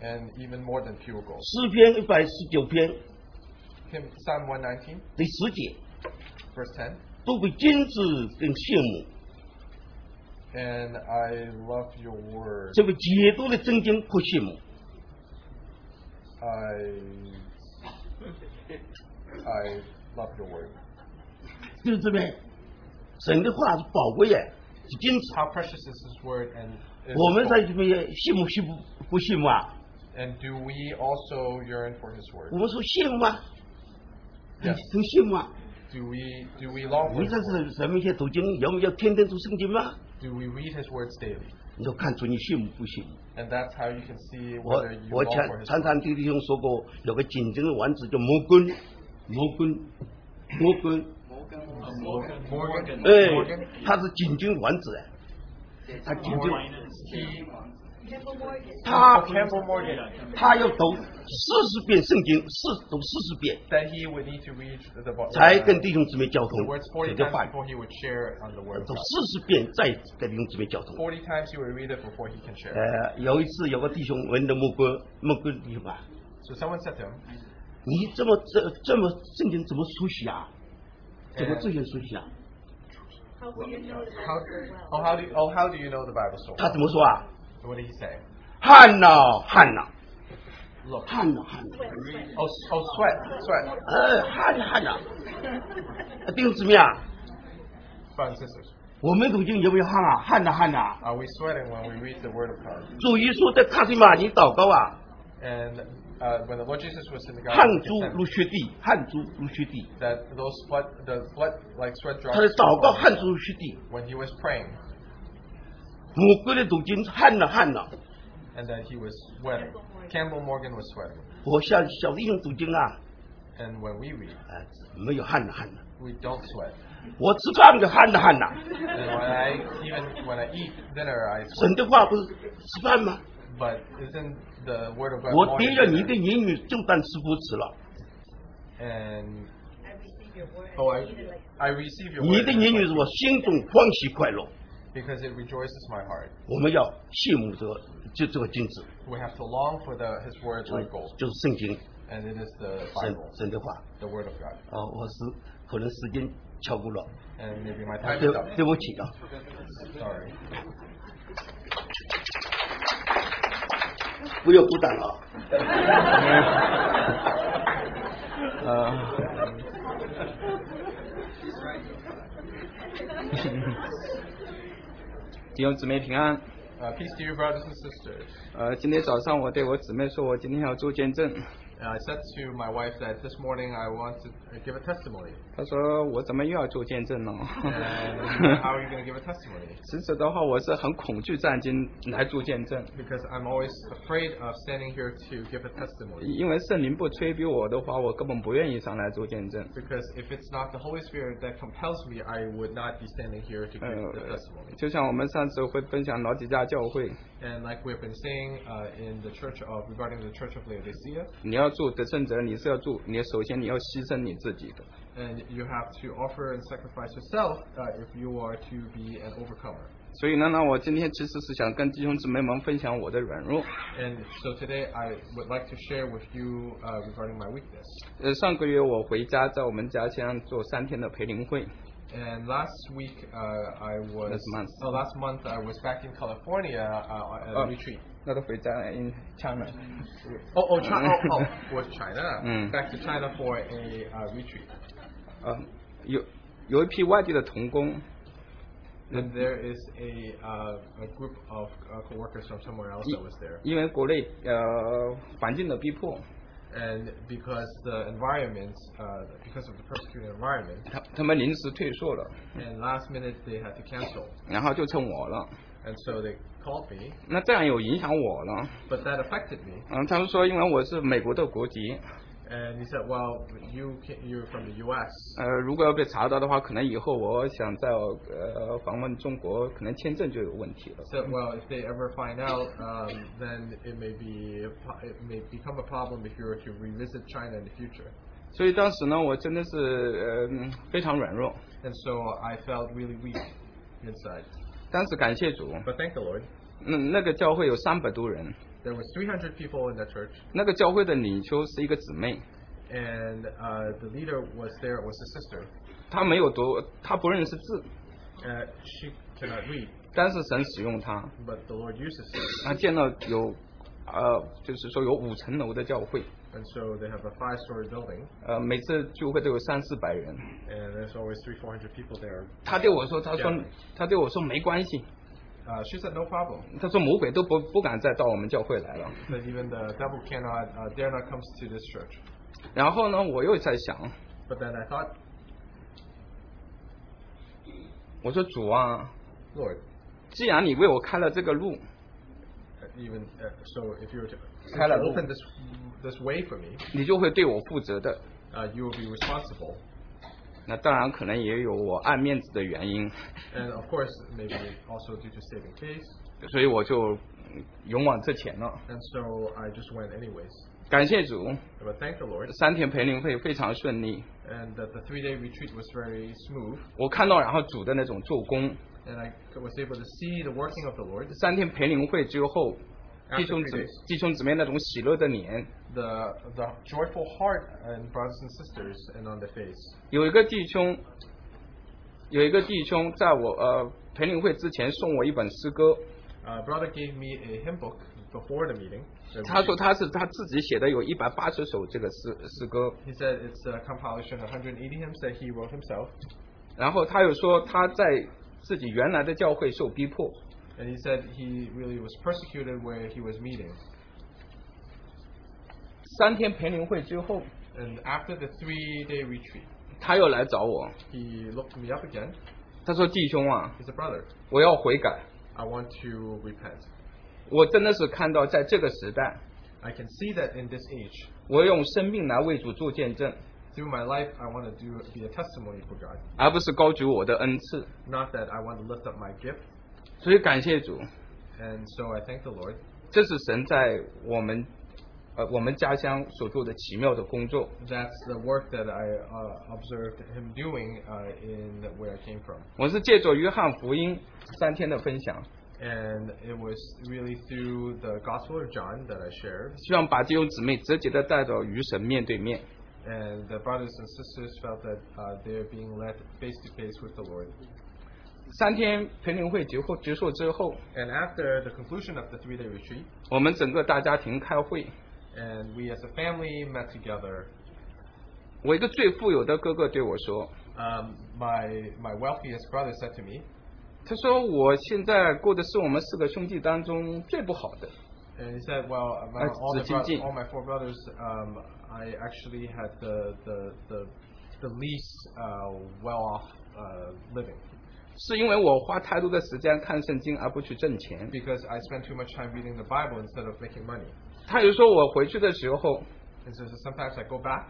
and even more than pure gold.
诗篇一百十九篇
Hymn- Psalm 119,
第十节，
verse 10.
都比金子更羡慕，
And I love your word.
这个解读的真经不羡慕。
I I love your word.
弟兄姊妹，神的话是宝贵呀，是金子。
How precious is His word, and is
我们
His
在
gold.
这边也羡慕羡慕不羡慕啊？
and do we also yearn for His word?
我们说羡慕啊，很
Yes.
很羡慕啊。
Do we do we long
我
for
们
His
这
word?
是咱们一些读经，要不要天天读圣经吗？
Do we read His words daily?
你就看出你羡慕不羡慕。
And that's how you can see
我
whether you
我
long for
常
His
常
word.
常对弟兄说过，有个紧张的丸子叫摩根，摩根，摩根，
Morgan,
哎，他是紧张丸子哎，他紧张，他
Campbell Morgan,
他要读四十遍圣经，四读四十遍，
that he would need to read the, bo-
才
uh,
跟弟兄姊妹交
the
通
words 40
神的
times
话语，
before he would share on the word. of
读
God.
四十遍再跟弟兄姊妹交通。
40 times he would read it before he can share.
呃，有一次有个弟兄问的摩根，摩根弟兄啊，
So someone said to him,
你这么这这么圣经怎么熟悉啊？怎么
and
这些熟悉啊？
how, oh, how do you, oh, how do you know the Bible so
他
well?
怎么说啊？
What did he say?
汗呐、汗呐、
Look.
汗呐、汗呐、
Oh, s- oh, sweat, sweat.
哎，汗呐、汗呐、弟兄姊妹啊，
Brothers and sisters,
我们读经有没有汗啊？汗呐、汗呐、
are we sweating when we read the word of God?
主耶稣在卡西马尼祷告啊，
And uh, when the Lord Jesus was in the
汗
garden, of
珠
Gethsemane,
如雪地，汗珠如雪地，
that those sweat, the sweat, like sweat drops,
他的祷告
fell
汗
on
珠
him
如雪地。
when he was praying,
我国的读经汗呐、汗呐、
and that he was sweating. Campbell Morgan was sweating.
我像小弟兄读经啊，
And when we read,
呃，没有汗呐、汗呐、
we don't sweat.
我吃饭就汗呐、汗呐、
And when I even when I eat dinner, I sweat.
神的话不是吃饭吗？
But isn't the word of God
我
more
得
than
了你
dinner?
的言语，就当吃不吃了。
And oh, I, I receive your
你
word
的言语是我心中欢喜快乐。
because it rejoices my heart.
我们要羡慕这个就这个金子，
We have to long for the His word
就
like gold,
就是圣经
and it is the
神
Bible,
神的话。
the word of God.
啊、我是可能时间超过了，
And maybe my
啊
time is
对
up.
对不起啊。
Sorry.
不要鼓掌 啊！呃，
弟兄姊妹平安，
Uh, peace to you, brothers and sisters.
呃，今天早上我对我姊妹说，我今天要做见证。
And Uh, I said to my wife that this morning I want to uh, give a testimony.
她说我怎么又要做见证 了？
And how are you going to give a testimony?
实则的话，我是很恐惧战经来做见证，
Because I'm always afraid of standing here to give a testimony.
因为圣灵不催逼我的话，我根本不愿意上来做见证。
Because if it's not the Holy Spirit that compels me, I would not be standing here to give the
呃
testimony.，
就像我们上次会分享老几家教会，
And like we've been saying uh, in the church of regarding the church of Laodicea,
你要做得胜者，你是要做，你首先你要牺牲你自己的。
and you have to offer and sacrifice yourself uh, if you are to be an overcomer.
所以呢，那我今天其实是想跟弟兄姊妹们分享我的软弱。
And so today I would like to share with you uh, regarding my weakness.
呃，上个月我回家，在我们家乡做三天的培灵会，
And last week uh, I was
Last month.
Oh, last month I was back in California uh, at a
Oh.
retreat.
那个回家 in China，
Oh, oh, China! Oh, oh, was China
Mm.
back to China for a uh, retreat?
呃，有有一批外地的童工，
And there is a uh, a group of uh, coworkers from somewhere else that was there.
嗯因为国内呃环境的逼迫，
And because the environment, uh, because of the persecuted environment,
他他们临时退缩了，
and last minute they had to cancel.
然后就成我了。
And so they called me,
那这样有影响我了，
but that affected me.
嗯，他们说因为我是美国的国籍，
And he said, "Well, you can, you're from the U.S.
呃，如果要被查到的话，可能以后我想在呃访问中国，可能签证就有问题了
I。said, "Well, if they ever find out, um, then it may be a pro- it may become a problem if you were to revisit China in the future."
所以当时呢，我真的是呃嗯非常软弱，
And so I felt really weak inside.
当时感谢主，
But thank the Lord,
那那个教会有三百多人，
there was 300 people in that church,
那个教会的领袖是一个姊妹，
and uh, the leader was there. It was a sister.
她没有读，她不认识字，
Uh, she cannot read,
但是神使用她，
but the Lord uses her.
她见到有呃就是说有五层楼的教会，
And so they have a five-story building,
呃每次聚会都有三四百人，
and there's always three, four hundred people there.
她对我说，她说她对我说没关系，
Uh, she said, "No problem."
她说魔鬼都不不敢再到我们教会来了。
that even the devil cannot, uh, dare not come to this church.
然后呢，我又在想，
But then I thought,
我说主啊，
Lord,
既然你为我开了这个路，
uh, even uh, so, if you were to since
Hello.
you open this this way for me,
你就会对我负责的。
uh, you will be responsible.
那当然，可能也有我爱面子的原因，
And of course, maybe also due to saving face.
所以我就嗯勇往直前了。
And so I just went anyways.
感谢主，
But thank the Lord,
三天培灵会非常顺利。
and that the three-day retreat was very smooth,
我看到然后主的那种做工，
and I was able to see the working of the Lord.
三天培灵会之后，弟
After
兄
three
姊
days,
弟兄姊妹那种喜乐的脸，
the the joyful heart and brothers and sisters, and on the face.
有一个弟兄，有一个弟兄在我呃培灵会之前送我一本诗歌，
Uh, brother gave me a hymn book before the meeting.
他说他是他自己写的有一百八十首这个诗诗歌，
He said it's a compilation of 180 hymns that he wrote himself.
然后他又说他在自己原来的教会受逼迫，
And he said he really was persecuted where he was meeting.
三天培灵会之后，
And after the three day retreat,
他又来找我，
he looked me up again.
他说弟兄啊，
He said, Brother,
我要悔改，
I want to repent.
我真的是看到在这个时代，
I can see that in this age.
我用生命来为主做见证，
Through my life, I want to do, be a testimony for God.
而不是高举我的恩赐，
Not that I want to lift up my gift.
所以感谢主，
And so I thank the Lord.
这是神在我们呃我们家乡所做的奇妙的工作。
That's the work that I uh, observed him doing uh, in where I came from.
我是借着约翰福音三天的分享，
And it was really through the Gospel of John that I shared.
希望把弟兄姊妹直接的带到与神面对面。
And the brothers and sisters felt that uh, they're being led face to face with the Lord.
三天培灵会结束结束之后，
And after the conclusion of the three day retreat,
我们整个大家庭开会。
and we as a family met together,
我一个最富有的哥哥对我说，
um, my, my wealthiest brother said to me,
他说我现在过的是我们四个兄弟当中最不好的。
And he said, well, about
That's
all, the
the
bro-
Jinjin.
all my four brothers, um, I actually had the the the, the least uh, well off uh, living
是因为我花太多的时间看圣经而不去挣钱。
because I spent too much time reading the Bible instead of making money.
他就说我回去的时候，
And so sometimes I go back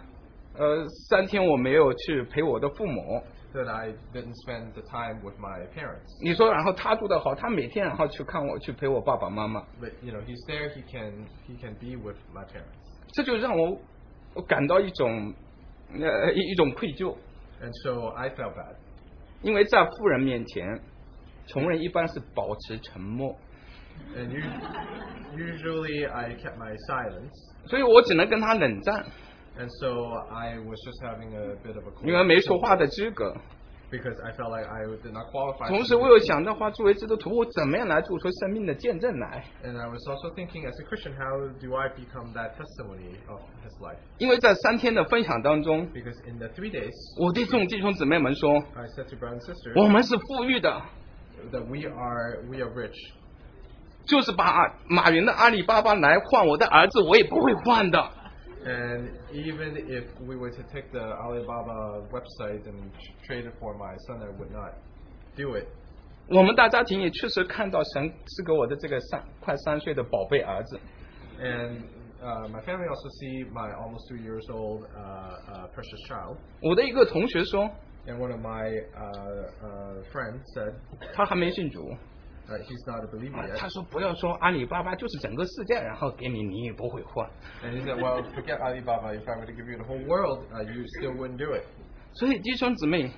呃，三天我没有去陪我的父母。
that I didn't spend the time with my parents.
你说，然后他住得好，他每天然后去看我，去陪我爸爸妈妈，
But you know, he's there. He can he can be with my parents.
这就让我我感到一种呃一一种愧疚，
And so I felt bad
因为在富人面前，穷人一般是保持沉默，
And us- usually I kept my silence,
所以我只能跟他冷战，
and so I was just having a bit of a
因为没
cold
说话的资格。
because I felt like I did not qualify.
同
to
时，
be
我又想到话，作为基督徒，我怎么样来做出生命的见证来？
and I was also thinking, as a Christian, how do I become that testimony of His life?
因为在三天的分享当中，
Because in the three days,
我对众弟兄姊妹们说，
I said to brothers and sisters
我们是富裕的，
that we are we are rich.
就是把马云的阿里巴巴来换我的儿子，我也不会换的。
And even if we were to take the Alibaba website and trade it for my son, I would not do it.
我们大家庭也确实看到神赐给我的这个三快三岁的宝贝儿子，
And uh, my family also see my almost two years old uh, uh, precious child.
我的一个同学说
And one of my uh, uh, friends said
他还没信主，
that he's not a believer
啊
yet.
他说不要说阿里巴巴就是整个世界，然后给你你也不会换，
And he said, well, forget Alibaba. If I were to give you the whole world, uh, you still wouldn't do it.
所以弟兄姊妹，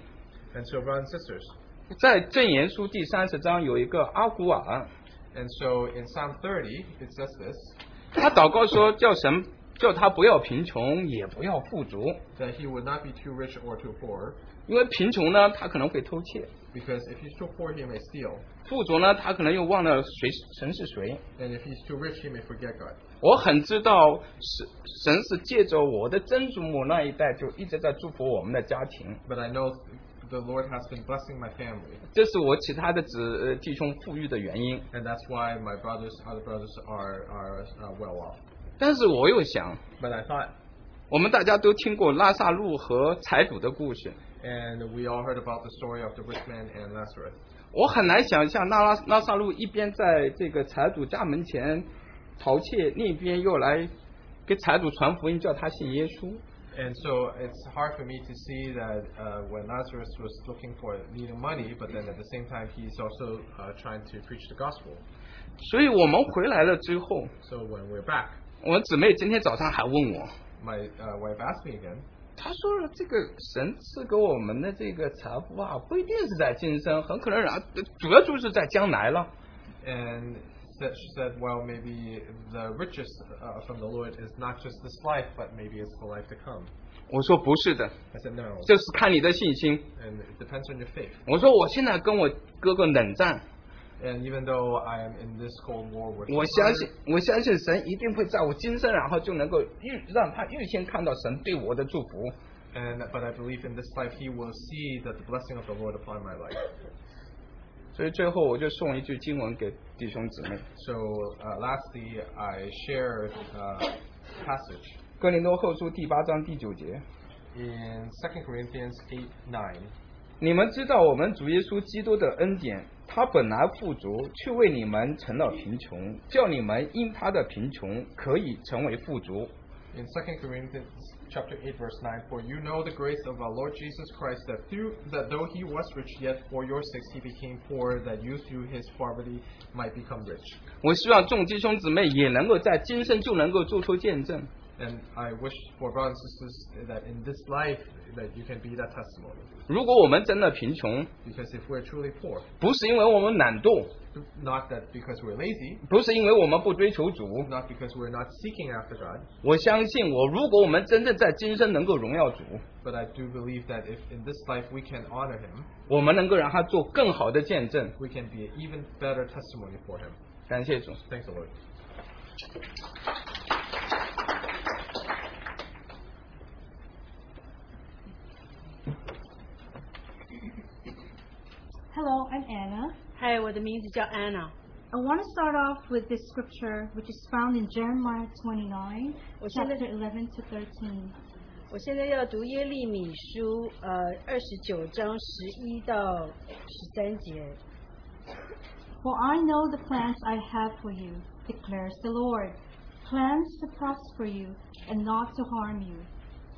And so, brothers and sisters.
在《正言书》第三十章有一个阿古尔，
And so in Psalm 30, it says this,
他祷告说叫神叫他不要贫穷，也不要富足，
that he would not be too rich or too poor,
因为贫穷呢他可能会偷窃，
because if he's too poor, he may steal.
富足呢他可能又忘了谁神是谁。
And if he's too rich, he may forget God.
我很知道神神是借着我的曾祖母那一代就一直在祝福我们的家庭，
But I know the Lord has been blessing my family.
这是我其他的子呃弟兄富裕的原因。
And that's why my brothers, other brothers, are, are uh, well off.
但是我又想，
But I thought,
我们大家都听过拉萨路和财主的故事，
and we all heard about the story of the rich man and Lazarus.
我很难想象那拉拉萨路一边在这个财主家门前淘窃，另一边又来给财主传福音，叫他信耶稣。
And so it's hard for me to see that uh, when Lazarus was looking for needing money, but then at the same time he's also uh, trying to preach the gospel.
所以我们回来了之后，
So when we're back,
我姊妹今天早上还问我，
my uh, wife asked me again,
他说了，这个神赐给我们的这个财富啊，不一定是在今生，很可能然主要就是在将来了。
and said, she said, well, maybe the riches uh, from the Lord is not just this life, but maybe it's the life to come.
我说不是的，
I said, no,
这是看你的信心。
and it depends on your faith.
我说我现在跟我哥哥冷战，
And even though I am in this cold war with
我
my
相
brother,
信我相信神一定会在我今生，然后就能够预让他预先看到神对我的祝福。
and but I believe in this life he will see that the blessing of the Lord upon my life.
所以最后我就送一句经文给弟兄姊妹，《
So uh, lastly, I share uh, passage
哥林多后书》第八章第九节。
in 2 Corinthians 8 9.
你们知道我们主耶稣基督的恩典，他本来富足，却为你们成了贫穷，叫你们因他的贫穷可以成为富足。
In 2 Corinthians chapter 8 verse 9, for you know the grace of our Lord Jesus Christ that through that though he was rich yet for your sakes he became poor that you through his poverty might become rich.
我希望众弟兄姊妹也能够在今生就能够做出见证。
And I wish for brothers and sisters that in this life that you can be that testimony.
如果我们真的贫穷，
Because if we're truly poor,
不是因为我们懒惰，
not that because we're lazy,
不是因为我们不追求主，
not because we're not seeking after God,
我相信我，如果我们真正在今生能够荣耀主，
but I do believe that if in this life we can honor him,
我们能够让他做更好的见证。
we can be an even better testimony for him.
感谢主。
Thanks the Lord.
Hello, I'm Anna.
我的名字叫安娜。
I want to start off with this scripture, which is found in Jeremiah 29,
Well, shouldn't
chapter 11 to 13.
我现在要读耶利米书呃二十九章十一到十三节。
For I know the plans I have for you, declares the Lord. Plans to prosper you and not to harm you.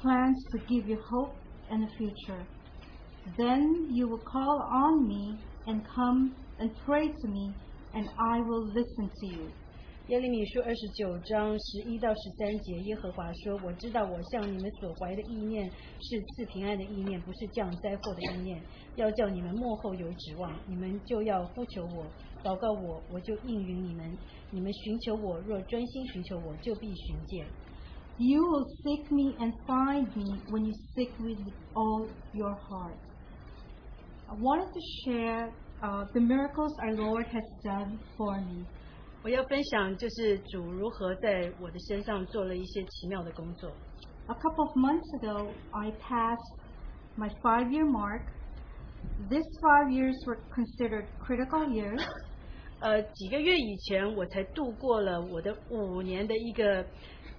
Plans to give you hope and a future. Then you will call on me and come and pray to me, and I will listen to you.
耶利米书二十九章十一到十三节，耶和华说：“我知道我向你们所怀的意念是赐平安的意念，不是降灾祸的意念，要叫你们幕后有指望。你们就要呼求我，祷告我，我就应允你们。你们寻求我，若专心寻求我，就必寻见。
You will seek me and find me when you seek me with all your heart. I wanted to share uh, the miracles our Lord has done for me. ”
我要分享就是主如何在我的身上做了一些奇妙的工作。
A couple of months ago, I passed my five year mark. These five years were considered critical years,
呃，几个月以前我才度过了我的五年的一个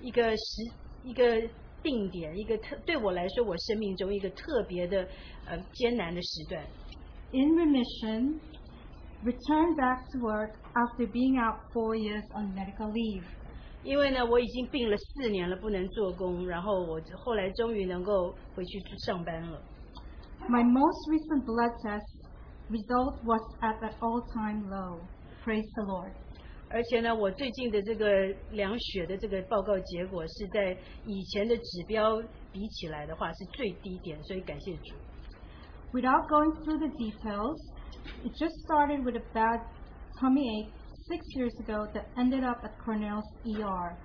一个时一个定点，一个特对我来说，我生命中一个特别的呃艰难的时段。
in remission, returned back to work after being out four years on medical leave.
因为呢，我已经病了四年了，不能做工，然后我后来终于能够回去上班了。
My most recent blood test result was at an all time low. Praise the Lord.
而且呢，我最近的这个量血的这个报告结果是在以前的指标比起来的话是最低点，所以感谢主。
Without going through the details, it just started with a bad tummy ache six years ago that ended up at Cornell's ER.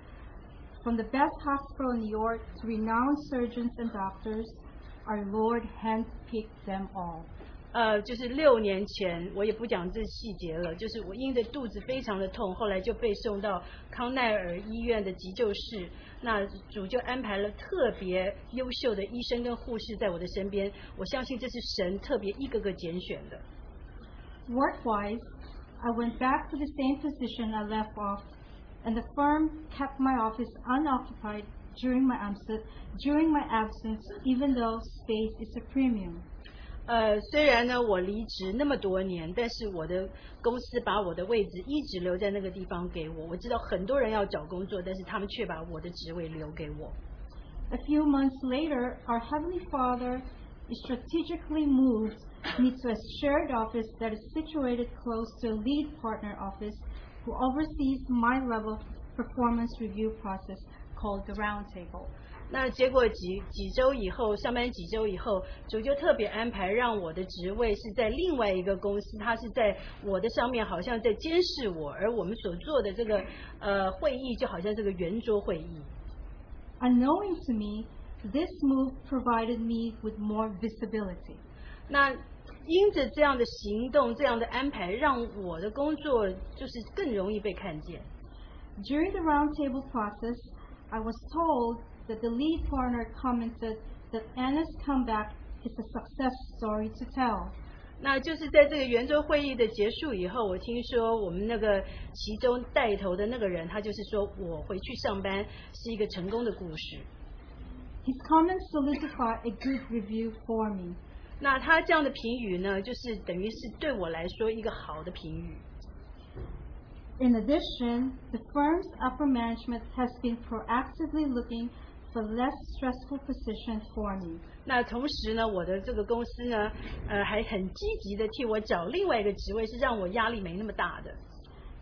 From the best hospital in New York to renowned surgeons and doctors, our Lord handpicked them all.
呃，就是六年前，我也不讲这细节了。就是我因着肚子非常的痛，后来就被送到康奈尔医院的急救室。那主就安排了特别优秀的医生跟护士在我的身边。我相信这是神特别一个个拣选的。
Work wise, I went back to the same position I left off, and the firm kept my office unoccupied during my absence, during my absence even though space is a premium.
呃，虽然呢我离职那么多年，但是我的公司把我的位置一直留在那个地方给我。我知道很多人要找工作，但是他们却把我的职位留给我。
A few months later, our Heavenly Father strategically moved me to a shared office that is situated close to a lead partner office who oversees my level of performance review process called the Roundtable.
那结果几几周以后，上班几周以后，主就特别安排让我的职位是在另外一个公司，他是在我的上面，好像在监视我，而我们所做的这个呃会议就好像这个圆桌会议。
Unknowing to me, this move provided me with more visibility.
那因着这样的行动，这样的安排，让我的工作就是更容易被看见。
During the roundtable process, I was told that the lead partner commented that Anna's comeback is a success story to tell.
那就是在这个圆桌会议的结束以后，我听说我们那个其中带头的那个人，他就是说我回去上班是一个成功的故事。
His comments solidified a good review for me.
那他这样的评语呢，就是等于是对我来说一个好的评语。
In addition, the firm's upper management has been proactively looking for less stressful positions for me.
那同时呢，我的这个公司呢，呃，还很积极的替我找另外一个职位，是让我压力没那么大的。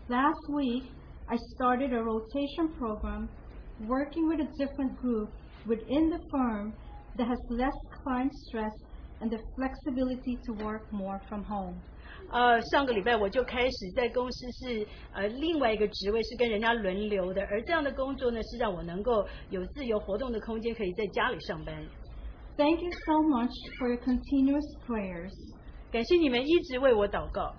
Last week, I started a rotation program working with a different group within the firm that has less client stress and the flexibility to work more from home.
呃，上个礼拜我就开始在公司是呃另外一个职位是跟人家轮流的，而这样的工作呢，是让我能够有自由活动的空间，可以在家里上班。
Thank you so much for your continuous prayers.
感谢你们一直为我祷告。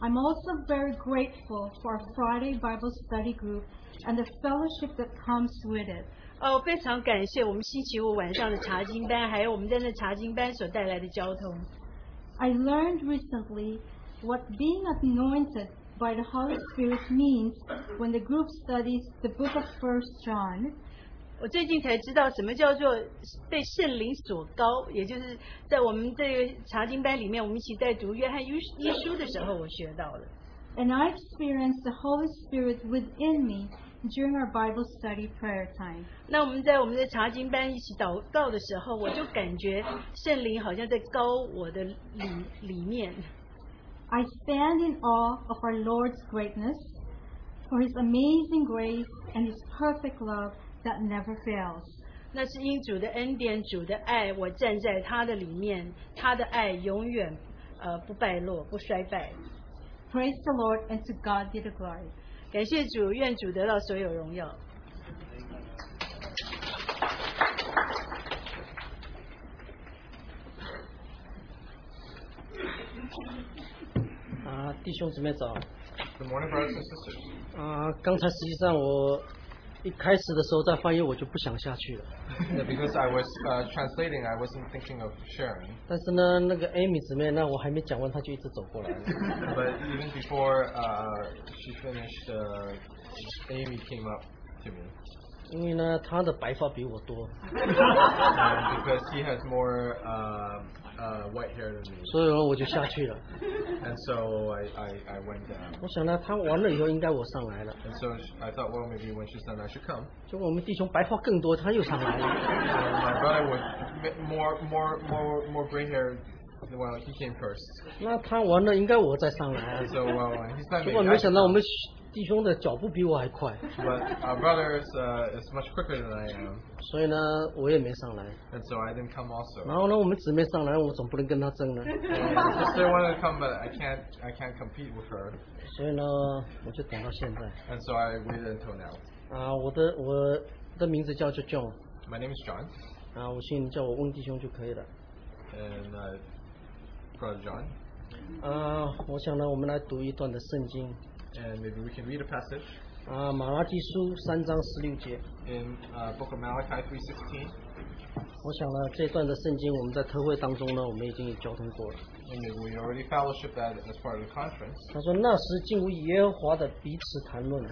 I'm also very grateful for our Friday Bible study group and the fellowship that comes with it.
哦，非常感谢我们星期五晚上的查经班，还有我们在那查经班所带来的交通。
I learned recently what being anointed by the Holy Spirit means when the group studies the book of First John.
我最近才知道什么叫做被圣灵所高，也就是在我们这个查经班里面，我们一起在读约翰一一书的时候，我学到的。
And I experienced the Holy Spirit within me during our Bible study prayer time.
那我们在我们的查经班一起祷告的时候，我就感觉圣灵好像在高我的里里面。
I stand in awe of our Lord's greatness, for his amazing grace and his perfect love that never fails.
那是因主的恩典，主的爱，我站在他的里面，他的爱永远呃不败落，不衰败。
Praise the Lord, and to God be the glory.
感谢主，愿主得到所有荣耀。
啊，弟兄姊妹早。
Good morning, brothers and sisters.
啊，刚才实际上我一开始的时候在翻译，我就不想下去了。
Yeah, because I was uh, translating, I wasn't thinking of sharing.
但是呢，那个 Amy 姊妹呢，我还没讲完，她就一直走过来了。
But even before uh, she finished, uh, Amy came up to me
因为呢，她的白发比我多，
and because he has more um uh, white hair than me.
所以呢我就下去了。
And so I, I, I went down.
我想呢，她完了以后应该我上来了。
And so sh- I thought, well, maybe when she's done, I should come.
结果我们弟兄白发更多，他又上 来了。
And my brother was m- more, more, more, more gray hair. Well, he came first.
那他完了，应该我再上来啊
And。so well, when he's done,
结
maybe
果
I
没
should
想到我
come.
们弟兄的脚步比我还快，
But our brother is, uh, is much quicker than I am,
所以呢，我也没上来。
and so I didn't come
然
also.
后呢，我们姊妹上来，我总不能跟她争啊了，
And my sister wanted to come, but I can't. I can't compete with her,
所以呢，我就等到现在。
and so I waited until now.
啊，我的我的名字叫做 John，
My name is John,
啊，我姓叫我温弟兄就可以了。
and uh, brother John,
啊，我想呢，我们来读一段的圣经，
and maybe we can read a passage
啊，马拉基书三章十六节。
in uh, Book of Malachi 3:16,
我想呢，这段的圣经我们在特会当中呢，我们已经有交通过了。
and maybe we already fellowship that as part of the conference.
他说：“那时进入耶和华的彼此谈论，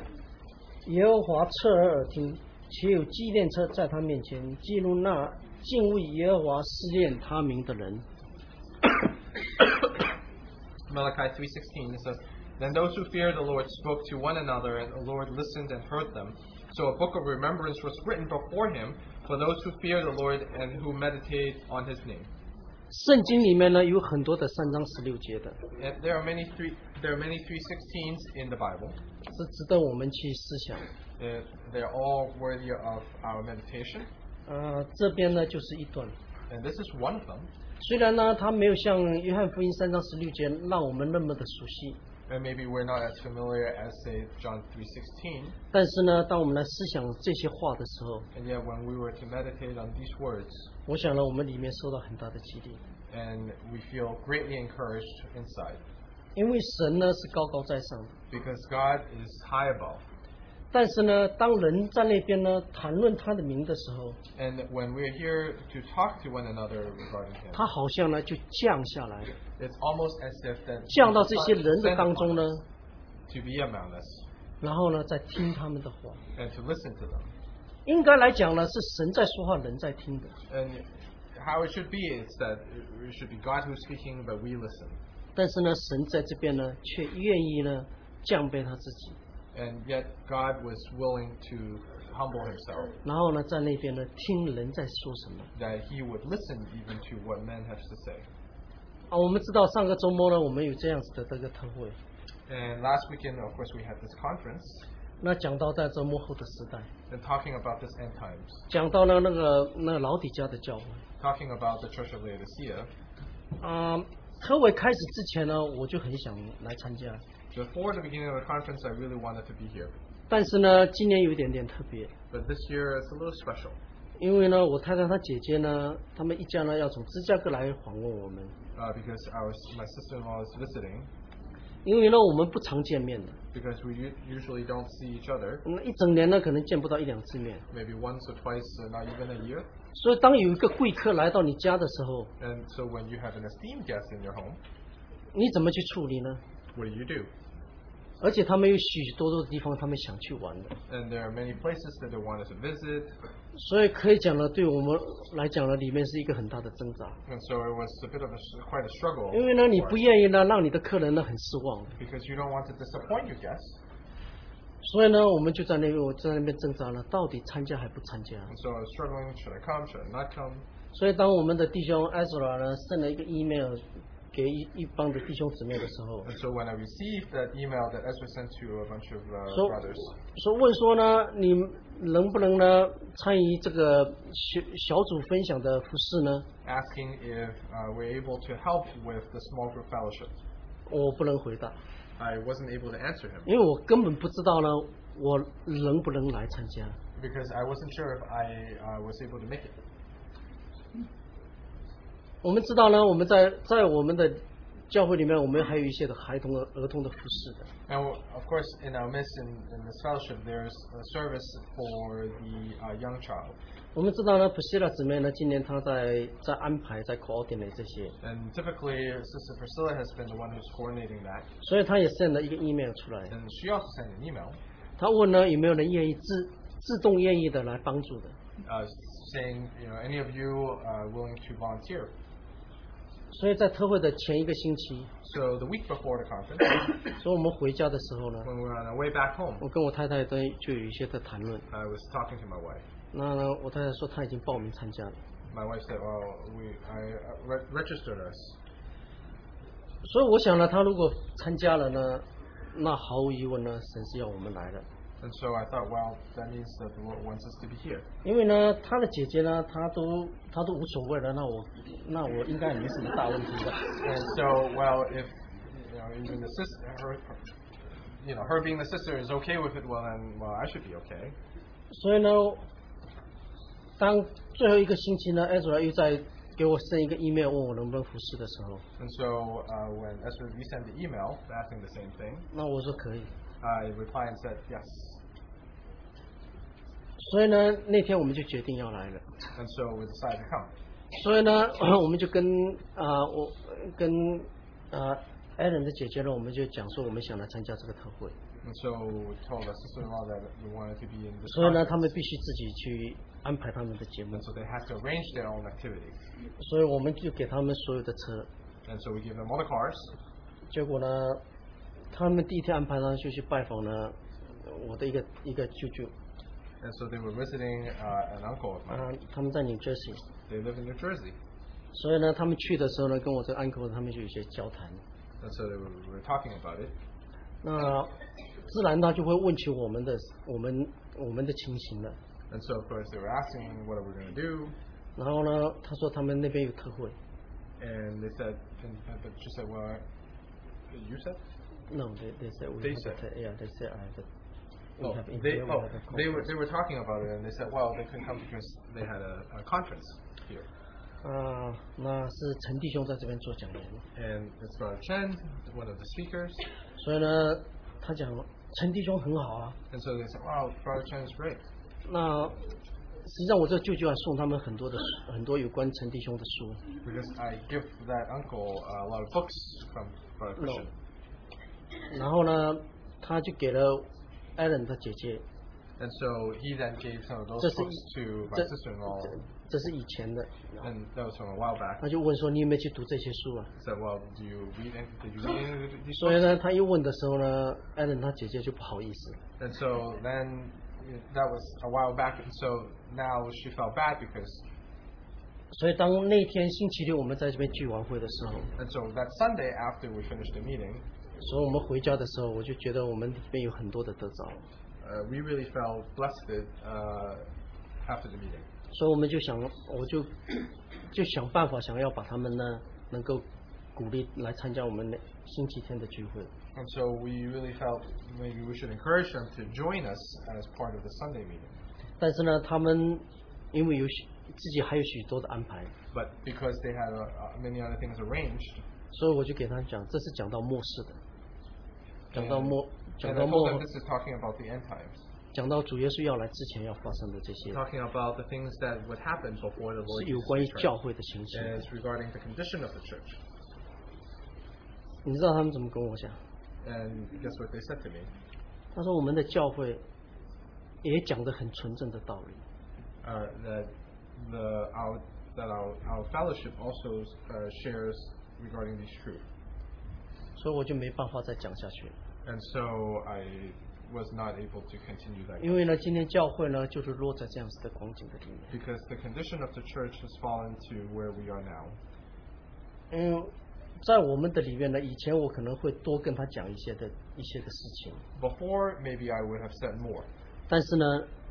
耶和华侧耳耳听，且有纪念册在他面前，记录那进入耶和华试炼他名的人。
Malachi 3:16 it says, "Then those who fear the Lord spoke to one another, and the Lord listened and heard them. So a book of remembrance was written before him for those who fear the Lord and who meditate on His name."
圣经里面呢有很多的三章十六节的，
And there are many three there are many 3:16s in the Bible.
是值得我们去思想。
They're, they're all worthy of our meditation,
呃，这边呢就是一段，
and this is one of them.
虽然呢它没有像约翰福音三章十六节让我们那么的熟悉，
And maybe we're not as familiar as say John 3:16,
但是呢，当我们来思想这些话的时候，
and yet when we were to meditate on these words,
我想呢我们里面受到很大的激励，
and we feel greatly encouraged inside,
因为神呢是高高在上的。”
because God is high above.
但是呢，当人在那边呢谈论他的名的时候，
And when we're here to talk to one another regarding him,
他好像呢就降下来，
it's almost as if that
降到这些人的当中呢，
to be among us
然后呢再听他们的话。
and to listen to them.
应该来讲呢，是神在说话，人在听的。
And how it should be is that it should be God who's speaking, but we listen.
但是呢，神在这边呢，却愿意呢降卑他自己，
And yet God was willing to humble himself,
然后呢在那边呢听人在说什么。
that he would listen even to what men have to say.
啊，我们知道上个周末呢，我们有这样子的这个特会，
And last weekend, of course, we had this conference
那讲到在这幕后的时代，
and talking about this end times,
讲到了那个那个老底家的教会。
talking about the Church of Laodicea.
啊、特委开始之前呢，我就很想来参加，
Before the beginning of the conference, I really wanted to be here.
但是呢，今年有一点点特别，
But this year is a little special.
因为呢，我太太她姐姐呢，他们一家呢要从芝加哥来访问我们，
uh, because our my sister-in-law is visiting.
因为呢我们不常见面的，
Because we u- usually don't see each other,
那一整年呢可能见不到一两次面，
maybe once or twice, uh, not even a year.
所以当有一个贵客来到你家的时候，
And so when you have an esteemed guest in your home,
你怎么去处理呢？
What do you do?
而且他们有许多多的地方他们想去玩的，
And there are many places that they want us to visit,
所以可以讲呢，对我们来讲呢，里面是一个很大的挣扎，
and so it was a bit of a s- quite a struggle.
因为呢，你
for
不
us,
愿意呢让你的客人呢很失望，
because you don't want to disappoint your guests,
所以呢，我们就在那边我在那边挣扎呢，到底参加还不参加？
and so I was struggling. Should I come? Should I not come?
所以当我们的弟兄艾索拉呢 send 了一个 email 给一一帮的弟兄姊妹的时候，
And so when I received that email that Ezra sent to a bunch of uh,
So-
brothers,
说问说呢，你能不能呢参与这个小小组分享的服饰呢？
asking if uh, we're able to help with the small group fellowship,
我不能回答，
I wasn't able to answer him
因为我根本不知道呢，我能不能来参加。
because I wasn't sure if I uh, was able to make it.
我们知道呢，我们在在我们的教会里面，我们还有一些的孩童的儿童的服饰的。
Now, of course, in our midst in, in this fellowship, there's a service for the uh, young child.
我们知道呢 p r i s c i l a 姊妹呢，今年她在在安排在 coordinate 这些，
And typically, Sister Priscilla has been the one who's coordinating that.
所以她也 send 了一个 email 出来，
And she also sent an email
她问呢有没有人愿意自自动愿意的来帮助的。
uh, saying, you know, any of you uh, willing to volunteer?
所以在特会的前一个星期，
So the week before the conference,
所以我们回家的时候呢，
when we were on our way back home,
我跟我太太都就有一些的谈论。
I was talking to my wife.
那呢，我太太说她已经报名参加了，
My wife said, well, we, I uh, re- registered us.
所以我想呢，她如果参加了呢，那毫无疑问呢，神是要我们来的。
And so I thought, well, that means that the Lord wants us to be here.
因为呢，她的姐姐呢，她都她都无所谓了，那我那我应该也没什么大问题的。
And so, well, if you know, even the sister, her, her- you know, her being the sister is okay with it, well, then, well, I should be okay.
所以呢，当最后一个星期呢，Ezra 又在给我 send 一个 email 问我能不能服侍的时候，
And so, uh, when Esther resent the email asking the same thing,
那我说可以。
I replied and said yes.
所以呢，那天我们就决定要来了。
And so we decided to come.
所以呢， 我们就跟啊、我跟啊、艾伦的姐姐呢，我们就讲说我们想来参加这个特会，
And so we told our sister-in-law that we wanted to be in this
所以呢，他
conference.
们必须自己去安排他们的节目
And，so they had to arrange their own activities.
所以我们就给他们所有的车。
And so we gave them all the cars.
结果呢，他们第一天安排呢就去拜访呢我的一个一个舅舅，
And so they were visiting uh, an uncle of
啊
mine.，
他们在 New Jersey，
They live in New Jersey.
所以呢，他们去的时候呢，跟我这个 uncle 他们就有些交谈，
And so they were, we were talking about it.
那自然呢就会问起我们的我们我们的情形了。
And so, of course, they were asking, what are we going to do?
然后呢，他说他们那边有特会。
And they said, and uh, but she said, well, I- you said?
No, they, they said we
They
have
said.
A, te- yeah, they said I have a, we
Oh,
have in
they,
here we
oh,
have a
they, were,
conference.
they were talking about it, and they said, well, they couldn't come because they had a, a conference here.
啊、那是陈弟兄在这边做讲员，
And it's Brother Chen, one of the speakers.
所以呢，他讲陈弟兄很好啊。
And so they said, wow, Brother Chen is great.
那实际上我这个舅舅啊送他们很多的书很多有关陈弟兄的书，
Because I give that uncle uh, a lot of books from Brother
No.
Christian.
然后呢，他就给了 Allen 的姐姐，
And so he then gave some of those
Just-
books to my
just-
sister-in-law,
这是以前的，
and that was from a while back.
他就问说你有没有去读这些书啊？
I said, well, do you read any, did you read any of these
所以
books?
呢，他一问的时候呢，Allen 他姐姐就不好意思，
And so then you know, that was a while back, and so now she felt bad because.
所以当那天星期六我们在这边聚完会的时候，
And so that Sunday after we finished the meeting,
所以我们回家的时候，我就觉得我们里面有很多的得着，
uh, we really felt blessed uh, after the meeting.
所以我们就想，我就就想办法想要把他们呢能够鼓励来参加我们那星期天的聚会。
And so we really felt maybe we should encourage them to join us as part of the Sunday meeting.
但是呢，他们因为有许自己还有许多的安排，
But because they had uh, uh, many other things arranged,
所以我就给他们讲，这是讲到末世的，讲到末，讲
and
到
I
末
told them，this is talking about the end times,
讲到主耶稣要来之前要发生的这些，
talking about the things that would happen before the Lord
是有
Jesus
关于
returns.
教会的形式。
And it's regarding the condition of the church.
你知道他们怎么跟我讲？
And guess what they said to me?
他说我们的教会也讲得很纯正的道理，
Uh, that the our that our, our fellowship also uh, shares regarding this truth.
所以我就没办法再讲下去了。
And so I was not able to continue that
因为呢，今天教会呢就是落在这样子的光景的里面。
because the condition of the church has fallen to where we are now.
嗯，在我们的里面呢，以前我可能会多跟他讲一些的一些的事情，
Before, maybe I would have said more,
但是呢，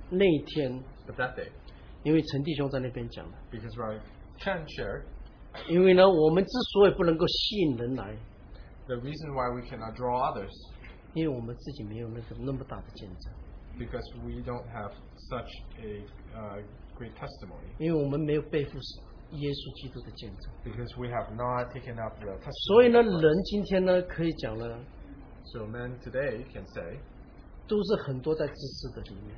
那一天
but that day,
因为陈弟兄在那边讲的，
because Ryan Chen shared,
因为呢，我们之所以不能够吸引人来，
the reason why we cannot draw others
因为我们自己没有那个那么大的见证，
because we don't have such a uh, great testimony
因为我们没有背负耶稣基督的见证，
because we have not taken up the
所以呢，
testimony.
人今天呢可以讲呢，
So men today can say
都是很多在自私的里面，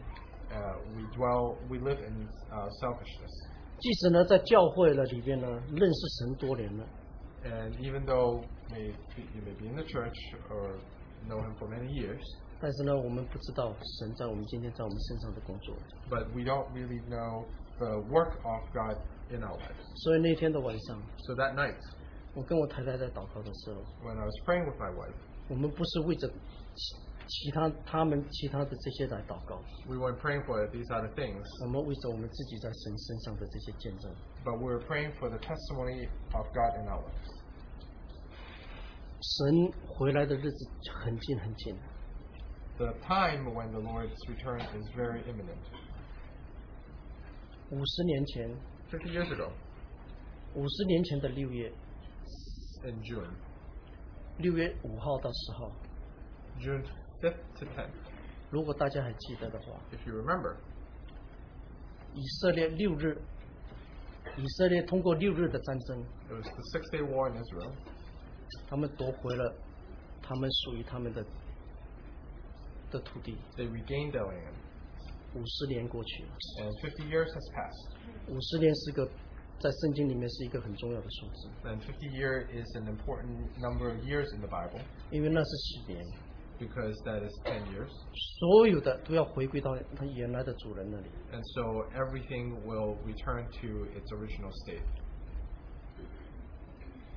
uh, we dwell, we live in uh, selfishness,
即使呢在教会的里面呢认识神多年了，
and even though may, you may be in the church or know him for many years,
但是呢我们不知道神在我们今天在我们身上的工作，
but we don't really know the work of God in our lives.
所以那天的晚上，
So that night,
我跟我太太在祷告的时候，
when I was praying with my wife,
我们不是为着其其他他们其他的这些来祷告，
we weren't praying for these other things,
我们为着我们自己在神身上的这些见证。
but we were praying for the testimony of God in our lives.
神回来的日子很近很近，
The time when the Lord's return is very imminent.
五十年前，
50 years ago,
五十年前的六月，
in June,
六月五号到十号，
June 5th to 10th,
如果大家还记得的话，
if you remember,
以色列六日，以色列通过六日的战争，
it was the Six Day War in Israel.
他们夺回了他们属于他们的的土地。
They regained their land,
五十年过去了，
and 50 years has passed.
五十年是个在圣经里面是一个很重要的数字，
And 50 year is an important number of years in the Bible
因为那是十年，
because that is 10 years.
所有的都要回归到它原来的主人那里。
And so everything will return to its original state.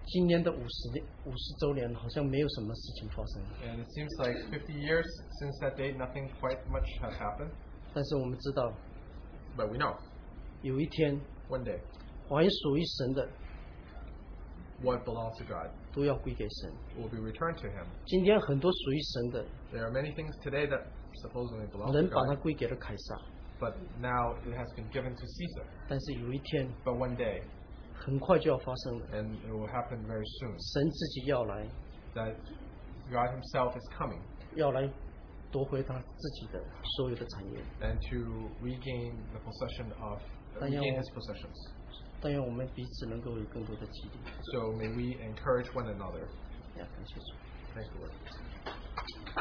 今年的五十年五十周年好像没有什么事情发生，
And it seems like 50 years since that day, nothing quite much has happened.
但是我们知道
But we know
有一天
one day
还属于神的
what belongs to God
都要归给神。
will be returned to Him.
今天很多属于神的
There are many things today that supposedly belong
人
to
把它
God,
归给了凯撒，
but now it has been given to Caesar.
但是有一天
But one day,
很快就要发生了，
and it will happen very soon,
神自己要来，
that God Himself is coming
要来夺回他自己的所有的产业。
and to regain the possession of
Daniel.
regain His possessions.
但愿我们彼此能够有更多的激励。
So may we encourage one another.
呀，感谢主。
Thank you, Lord.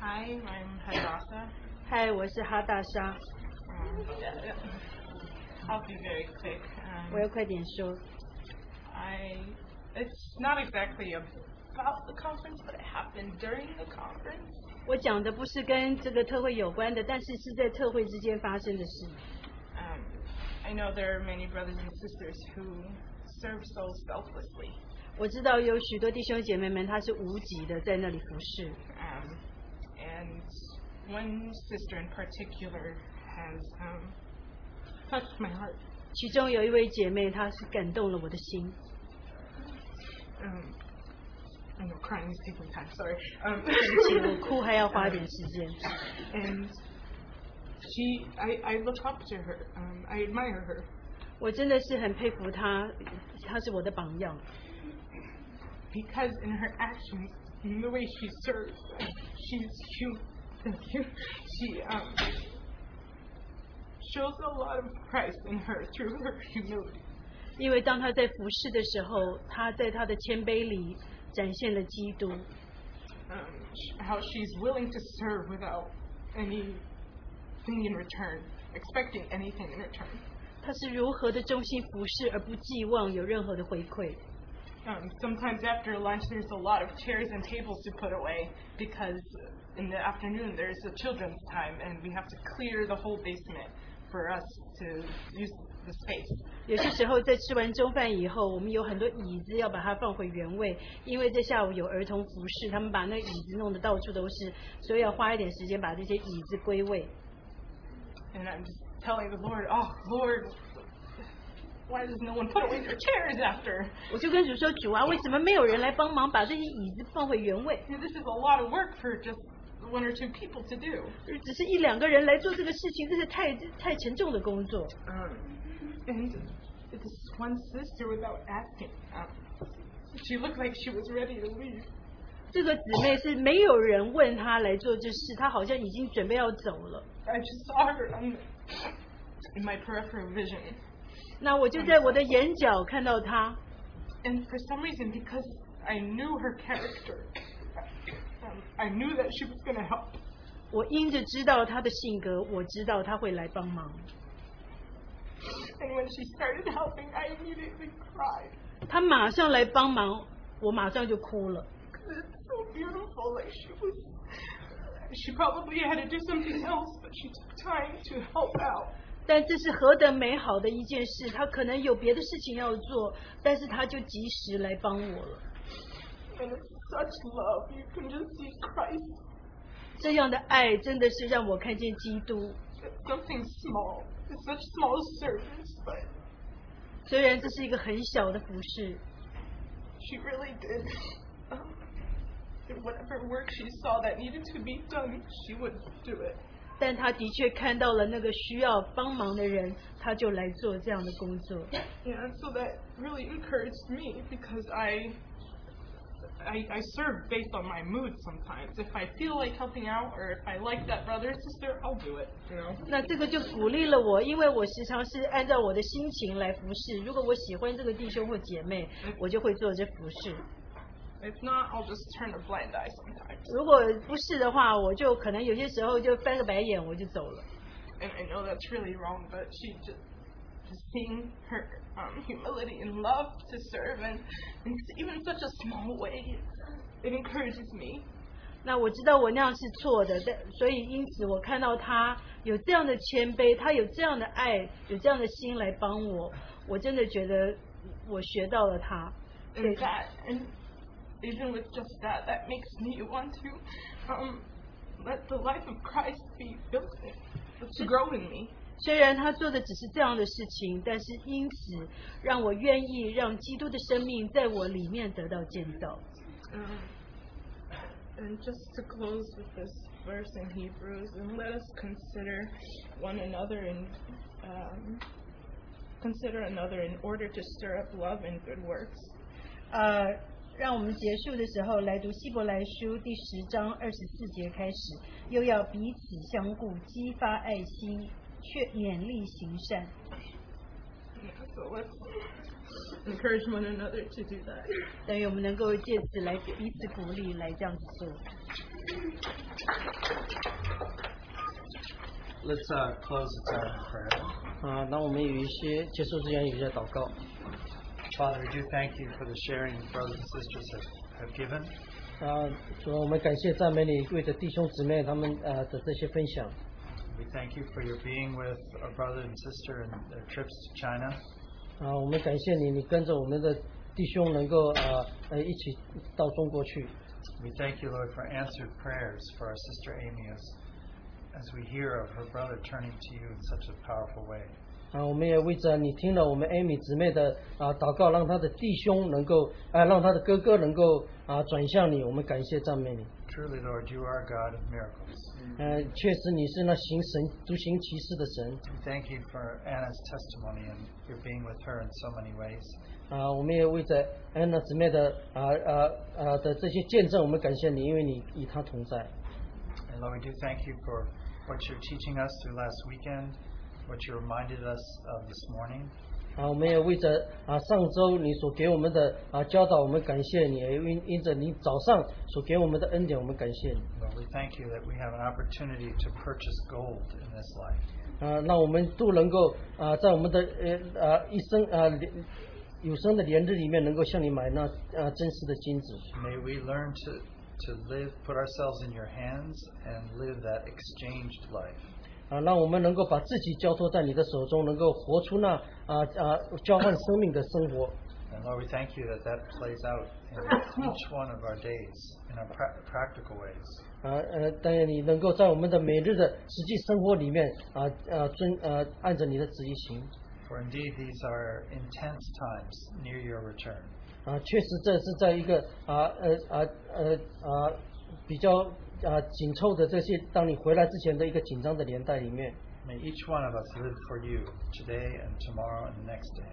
Hi, I'm Hadassah.
嗨，我是哈大莎，
Um, I'll be very quick.
我要
Um,
快点说。
I it's not exactly about the conference, but it happened during the conference.
我讲的不是跟这个特会有关的，但是是在特会之间发生的事。
Um, I know there are many brothers and sisters who serve so selflessly.
我知道有许多弟兄姐妹们，他是无极的，在那里服侍。
Um, and one sister in particular has um, touched my heart.
其中有一位姐妹，她是感动了我的心。
Um, I'm not crying this taking time. Sorry. Um,
对不起，我哭还要花点时间。
and she, I, I look up to her. Um, I admire her.
我真的是很佩服她，她是我的榜样，
because in her actions, in the way she serves, uh, she's human. Thank you. She um, shows a lot of Christ in her through her humility.
因为当她在服侍的时候，她在她的谦卑里展现了基督，
Um, sh- how she's willing to serve without anything in return, expecting anything in return.
她
他是如何的忠心服侍而不寄望有任何的回馈。
Um, sometimes after lunch, there's a lot of chairs and tables to put away because in the afternoon there's a children's time and we have to clear the whole basement for us to use the space.
有些时候在吃完中饭以后，我们有很多椅子要把它放回原位，因为在下午有儿童服饰，他们把那个椅子弄得到处都是，所以要花一点时间把这些椅子归位。
And I'm just telling the Lord, oh, Lord, why does no one put away their chairs after?
我就跟主说：“主啊，为什么没有人来帮忙把这些椅子放回原位？
And this is a lot of work for just one or two people to do.
只是一两个人来做这个事情，这是太太沉重的工作。”
Um, and this one sister, without asking, um, she looked like she was ready to leave.
这个姊妹是没有人问她来做这事，她好像已经准备要走了。
I just saw her on in my peripheral vision.
那我就在我的眼角看到她，
And for some reason, because I knew her character, um, I knew that she was going to help.
我因着知道她的性格，我知道她会来帮忙。
And when she started helping, I immediately cried.
她马上来帮忙，我马上就哭了。
'Cause It's so beautiful. Like she was. She probably had to do something else, but she took time to help out.
但这是何等美好的一件事！她可能有别的事情要做，但是她就及时来帮我了。
And it's such love. You can just see Christ.
这样的爱真的是让我看见基督。
It's something small. It's such small service, but
虽然这是一个很小的服饰，
she really did. Um, and whatever work she saw that needed to be done, she would do it.
但他的确看到了那个需要帮忙的人，他就来做这样的工作。
Yeah, and so that really encouraged me because I, I I serve based on my mood sometimes. If I feel like helping out or if I like that brother or sister, I'll do it. You know.
那这个就鼓励了我，因为我时常是按照我的心情来服侍。如果我喜欢这个弟兄或姐妹，我就会做这服侍；
If not, I'll just turn a blind eye sometimes.
如果不是的话，我就可能有些时候就翻个白眼，我就走了。
And I know that's really wrong, but she just just seeing her um, humility and love to serve and, and even in such a small way, it encourages me.
那我知道我那样是错的，但所以因此我看到他有这样的谦卑，他有这样的爱，有这样的心来帮我，我真的觉得我学到了他。
and that and even with just that that makes me want to um let the life of Christ be built in, to grow in me.
虽然他做的只是这样的事情，但是因此让我愿意让基督的生命在我里面得到建造。
Um, and just to close with this verse in Hebrews, and let us consider one another in um, consider another in order to stir up love and good works.
呃，让我们结束的时候来读希伯来书第十章二十四节开始，又要彼此相顾，激发爱心，却勉励行善。
Yeah, so let's encourage one another to do that.
但愿我们能够借此来彼此鼓励，来这样子做。
Let's uh, close the time of prayer.
啊，那我们有一些结束之前有一些祷告。
Father, we do thank you for the sharing brothers and sisters have, have given.
啊，主要我们感谢赞美你，为着弟兄姊妹他们呃的这些分享。
We thank you for your being with our brother and sister and their trips to China.
啊，我们感谢你，你跟着我们的弟兄能够呃呃一起到中国去。
We thank you, Lord, for answered prayers for our sister Amy as, as we hear of her brother turning to you in such a powerful way.
啊，我们也为着你听了我们艾米姊妹的啊祷告，让她的弟兄能够啊，让她的哥哥能够啊转向你，我们感谢赞美你。
Truly, Lord, you are a God of miracles.
呃，确实你是那行神独行其事的神
We thank you for Anna's testimony and your being with her in so many ways.
啊，我们也为着安娜姊妹的啊啊啊的这些见证，我们感谢你，因为你与她同在。
And Lord, we do thank you for what you're teaching us through last weekend, what you reminded us of this morning.
啊，我们也为着啊上周你所给我们的啊教导，我们感谢你，也因因着你早上所给我们的恩典，我们感谢你。
Lord, we thank you that we have an opportunity to purchase gold in this life.
呃，那我们都能够啊、呃在我们的呃呃一生啊、呃连有生的连日里面，能够向你买那呃真实的金子。
May we learn to, to live, put ourselves in your hands, and live that exchanged life.
啊，让我们能够把自己交托在你的手中，能够活出那啊啊交换生命的生活。
And Lord, we thank you that that plays out in each one of our days in our pra- practical ways.
啊呃，但愿你能够在我们的每日的实际生活里面啊啊遵啊按着你的旨意行
For indeed, these are intense times near your return.
啊，确实这是在一个啊呃啊呃啊比较啊紧凑的这些当你回来之前的一个紧张的年代里面
May each one of us live for you today and tomorrow and the next day.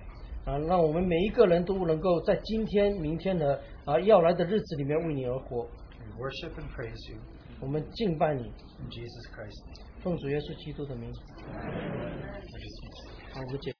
啊，让我们每一个人都能够在今天、明天的啊要来的日子里面为你而活，
We worship and praise you 嗯
我们敬拜你，
in Jesus Christ's name.
奉主耶稣基督的名，好，我们解。